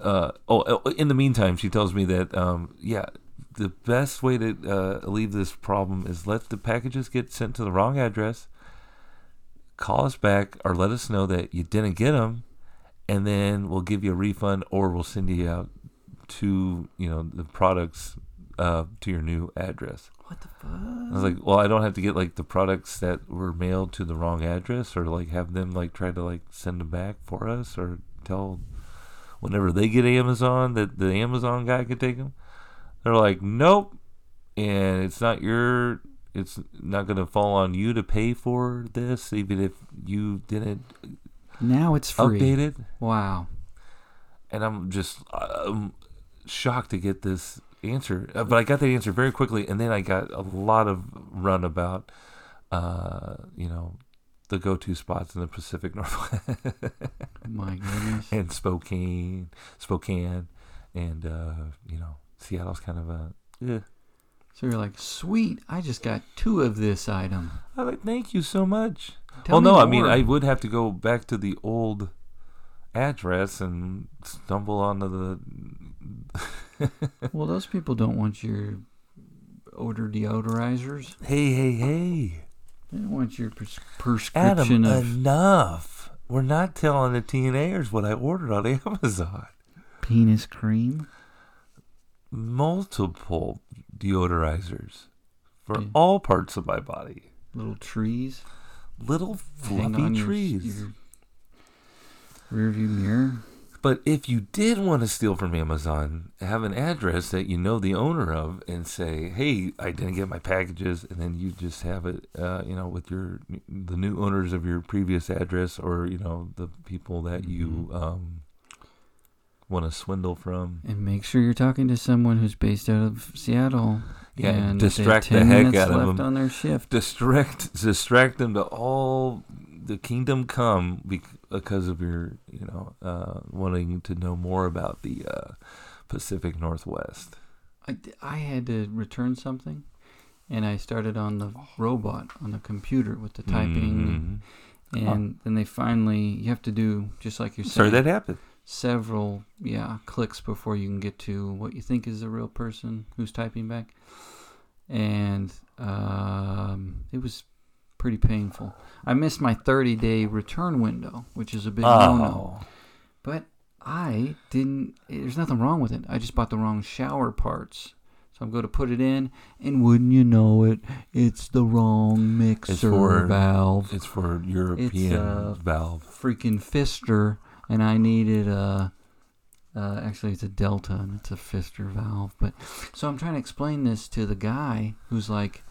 Uh, oh, oh, in the meantime, she tells me that, um, yeah, the best way to uh, leave this problem is let the packages get sent to the wrong address. Call us back or let us know that you didn't get them, and then we'll give you a refund or we'll send you out to you know the products uh, to your new address.
What the
I was
fuck?
like, well, I don't have to get like the products that were mailed to the wrong address or like have them like try to like send them back for us or tell whenever they get Amazon that the Amazon guy could take them. They're like, nope. And it's not your, it's not going to fall on you to pay for this, even if you didn't
Now it's free.
update it.
Wow.
And I'm just I'm shocked to get this answer. Uh, But I got that answer very quickly, and then I got a lot of run about, uh, you know, the go-to spots in the Pacific Northwest
My goodness.
and Spokane, Spokane, and uh, you know, Seattle's kind of a. Eh.
So you're like, sweet, I just got two of this item.
I like, thank you so much.
Tell
well, no, I mean,
more."
I would have to go back to the old address and stumble onto the
Well, those people don't want your odor deodorizers.
hey, hey, hey.
They don't want your pres- prescription
Adam,
of
enough. We're not telling the TNAers what I ordered on Amazon.
penis cream.
Multiple deodorizers for
Yeah.
all parts of my body.
Little trees.
Little
hang
fluffy
on your-
trees.
Your, rear view mirror.
But if you did want to steal from Amazon, have an address that you know the owner of and say, "Hey, I didn't get my packages," and then you just have it, uh, you know, with your the new owners of your previous address or you know the people
Mm-hmm.
that you um, want to swindle from.
And make sure you're talking to someone who's based out of Seattle.
Yeah, and
that they have
distract the
10
heck
minutes
out of
left
them.
on their shift.
distract distract them to all the kingdom come bec- because of your you know uh, wanting to know more about the uh, Pacific Northwest.
I, I had to return something, and I started on the robot on the computer with the typing,
Mhm.
and then they finally you have to do just like you're
Sorry
saying
that happened.
several yeah clicks before you can get to what you think is the real person who's typing back, and um, it was pretty painful. I missed my 30 day return window, which is a big no no.
Oh,
But I didn't. There's nothing wrong with it. I just bought the wrong shower parts. So I'm going to put it in, and wouldn't you know it, it's the wrong mixer
for-
valve,
it's for European
uh,
valve.
freaking fister, and I needed a. Uh, actually, it's a delta and it's a fister valve. But so I'm trying to explain this to the guy who's like,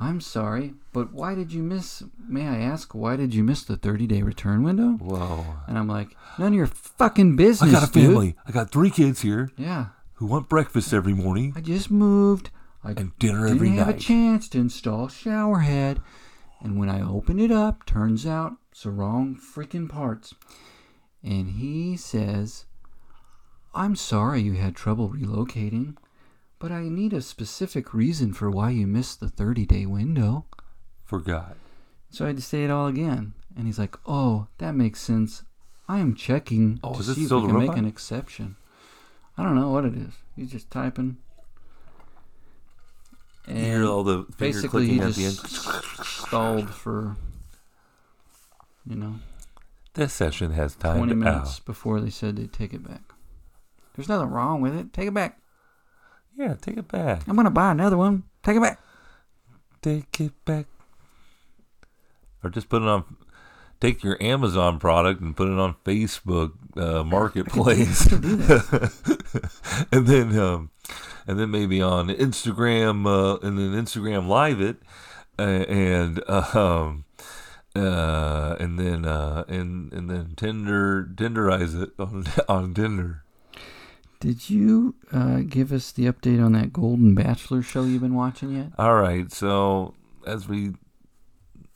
"I'm sorry, but why did you miss? May I ask why did you miss the 30-day return window?"
Whoa!
And I'm like, "None of your fucking business,
I got a
dude."
family. I got three kids here
Yeah,
who want breakfast every morning
I just moved. I
and dinner
didn't
every
have a
night.
chance to install shower head, and when I opened it up, turns out it's the wrong freaking parts. And he says, "I'm sorry you had trouble relocating, but I need a specific reason for why you missed the 30-day window."
Forgot.
So I had to say it all again, and he's like, "Oh, that makes sense. I am checking
Oh,
to
is this
see if
still
we
the
can make
robot?
an exception." I don't know what it is. He's just typing.
You hear
And
all the finger
basically, he
clicking at
just
the end.
stalled for you know
This session has time.
twenty
out.
minutes before they said they'd take it back. There's nothing wrong with it. Take it back.
Yeah, take it back.
I'm gonna buy another one. Take it back.
Take it back. Or just put it on. Take your Amazon product and put it on Facebook uh, Marketplace,
Don't do that.
and then um, and then maybe on Instagram uh, and then Instagram Live it, uh, and uh, um, uh, and then uh, and and then Tinder Tinderize it on on Tinder.
Did you uh, give us the update on that Golden Bachelor show you've been watching yet?
All right, so as we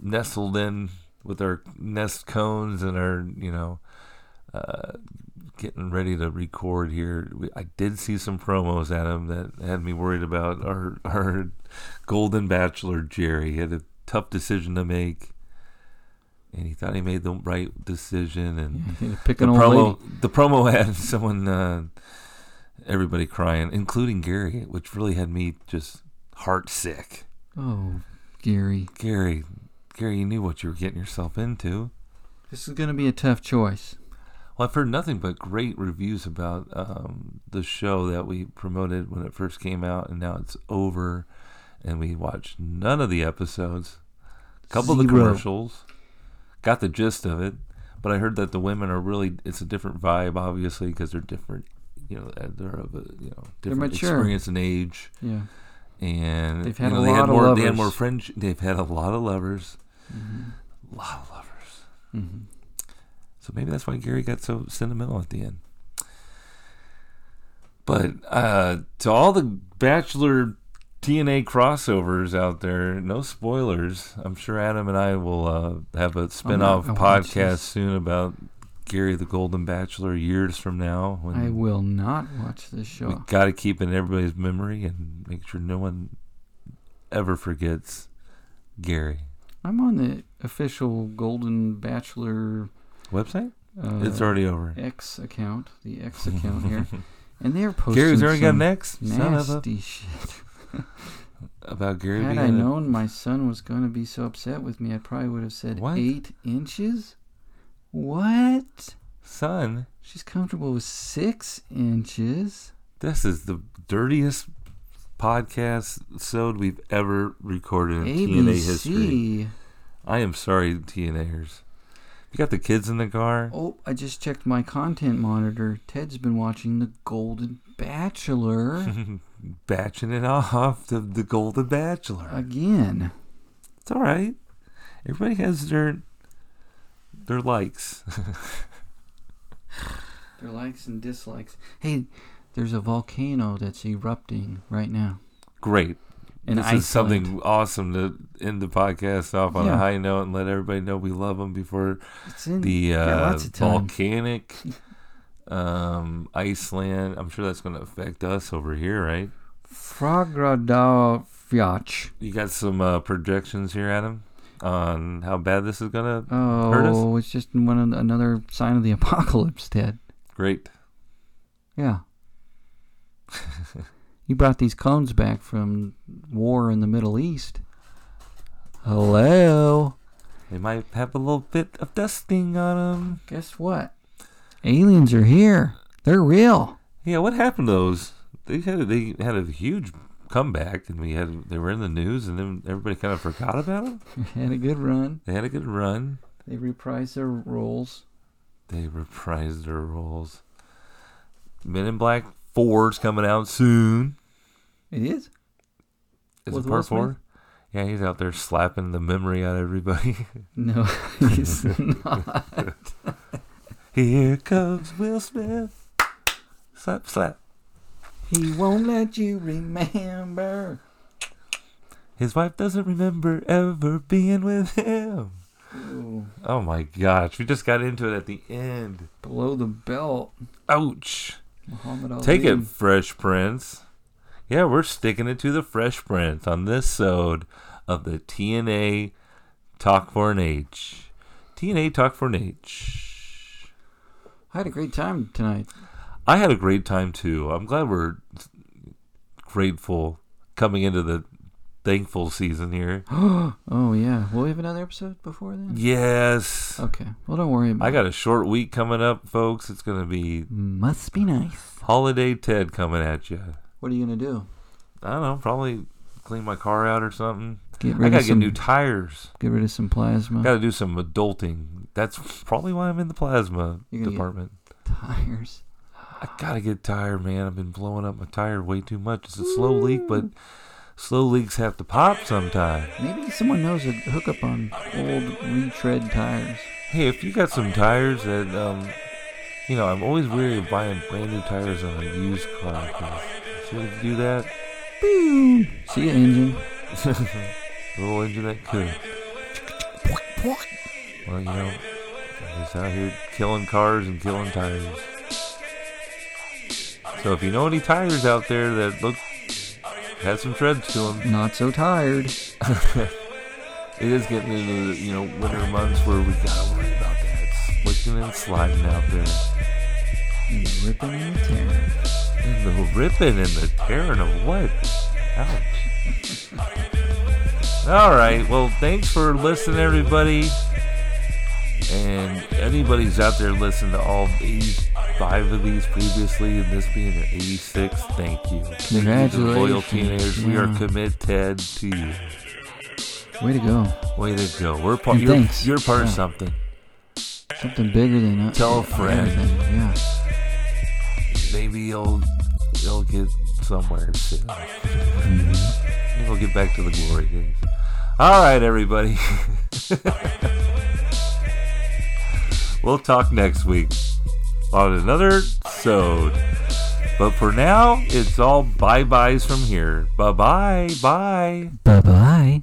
nestled in with our nest cones and our, you know, uh, getting ready to record here, we, I did see some promos, Adam, that had me worried about our our golden bachelor Jerry. He had a tough decision to make, and he thought he made the right decision, and
Yeah, pick
the
an old lady.
promo the promo had someone uh, everybody crying including gary which really had me just heart sick
Oh, Gary.
gary Gary, you knew what you were getting yourself into.
This is going to be a tough choice.
Well, I've heard nothing but great reviews about um, the show that we promoted when it first came out, and now it's over, and we watched none of the episodes. A couple of the
Zero.
commercials. Got the gist of it, but I heard that the women are really. It's a different vibe, obviously, because they're different. You know, uh, they're of a you know different
mature.
experience and age.
Yeah.
and
They've had
you know,
a
they
lot
had
of
more they had
lovers.
more friends they've had a lot of lovers
Mhm.
a lot of lovers
Mhm.
so maybe that's why Gary got so sentimental at the end but uh, to all the bachelor TNA crossovers out there no spoilers I'm sure Adam and I will uh, have a spin-off
gonna watch
podcast
this.
soon about Gary the Golden Bachelor years from now when
I will not watch this
we
show.
got to keep it in everybody's memory and make sure no one ever forgets Gary.
I'm on the official Golden Bachelor
Website?
uh,
it's already over.
X account, the X account here, and they're posting
Gary's already got
some
an X. Son of a,
nasty shit.
about Gary
Had
being
I
a-
known my son was going to be so upset with me, I probably would have said
What?
eight inches. What?
son.
She's comfortable with six inches.
This is the dirtiest podcast episode we've ever recorded in TNA history.
ABC.
I am sorry, TNAers. You got the kids in the car.
Oh, I just checked my content monitor. Ted's been watching The Golden Bachelor
Batching it off to the Golden Bachelor.
again.
It's all right. Everybody has their their likes.
Their likes and dislikes. Hey, there's a volcano that's erupting right now.
Great.
In
this
Iceland.
is something awesome to end the podcast off on a
Yeah.
high note and let everybody know we love them before
It's in
the
got
uh,
lots of time.
volcanic um, Iceland. I'm sure that's going to affect us over here, right?
Fragradalfjall.
You got some uh, projections here, Adam, on how bad this is going to.
Oh, it's just one of, another sign of the apocalypse, Ted.
Great.
Yeah. you brought these cones back from war in the Middle East. Hello.
They might have a little bit of dusting on them.
Guess what? Aliens are here. They're real.
Yeah, what happened to those? They had they had a huge comeback, and we had they were in the news, and then everybody kind of forgot about them.
Had a good run.
They had a good run.
They reprised their roles.
They reprised their roles. Men in Black Four's coming out soon.
It is.
Is it
With Will
part
Smith?
four? Yeah, he's out there slapping the memory out of everybody.
No, it's not.
Here comes Will Smith. Slap, slap.
He won't let you remember.
His wife doesn't remember ever being with him.
Ooh,
Oh my gosh, we just got into it at the end.
below the belt,
Ouch.
Muhammad Ali.
Take it, Fresh Prince. Yeah, we're sticking it to the Fresh Prince on this sode of the TNA Talk for an Age. TNA Talk for an Age.
I had a great time tonight.
I had a great time too. I'm glad we're grateful coming into the thankful season here.
Oh yeah, will we have another episode before then?
Yes.
Okay. Well, don't worry about.
I got a short week coming up, folks. It's going to be
Must be nice.
Holiday Ted coming at you.
What are you gonna do?
I don't know, probably clean my car out or something.
Get
I
rid
got
of
to get
some.
new tires.
get rid of some plasma
Got to do some adulting. That's probably why I'm in the plasma
You're gonna get-
department.
tires.
I gotta get tired, man. I've been blowing up my tire way too much. It's a slow leak, but slow leaks have to pop sometime.
Maybe someone knows a hookup on old retread tires.
Hey, if you got some tires that, um, you know, I'm always wary of buying brand new tires on a used car. 'cause Should I do that?
See ya, engine.
Little engine that could. Well, you know, I'm just out here killing cars and killing tires. So if you know any tires out there that look have some treads to them,
Not so tired.
it is getting into the you know winter months where we gotta worry about that slicking and sliding out there,
And the ripping and the tearing.
and the ripping and the tearing of what? Ouch. All right. Well, thanks for listening, everybody. And anybody's out there listening to all 85 of these previously, and this being the 86th, thank you. Thank you to the loyal
Congratulations.
teenagers. We are
Yeah.
committed to you.
Way to go.
Way to go. We're part,
And
you're,
thanks.
you're part of
Yeah.
something.
Something bigger than us.
Tell a friend.
everything. Yeah.
Maybe you'll, you'll get somewhere soon. Maybe we'll get back to the glory days. All right, everybody. we'll talk next week on another sode. But for now, it's all bye byes from here. Bye bye. Bye.
Bye bye.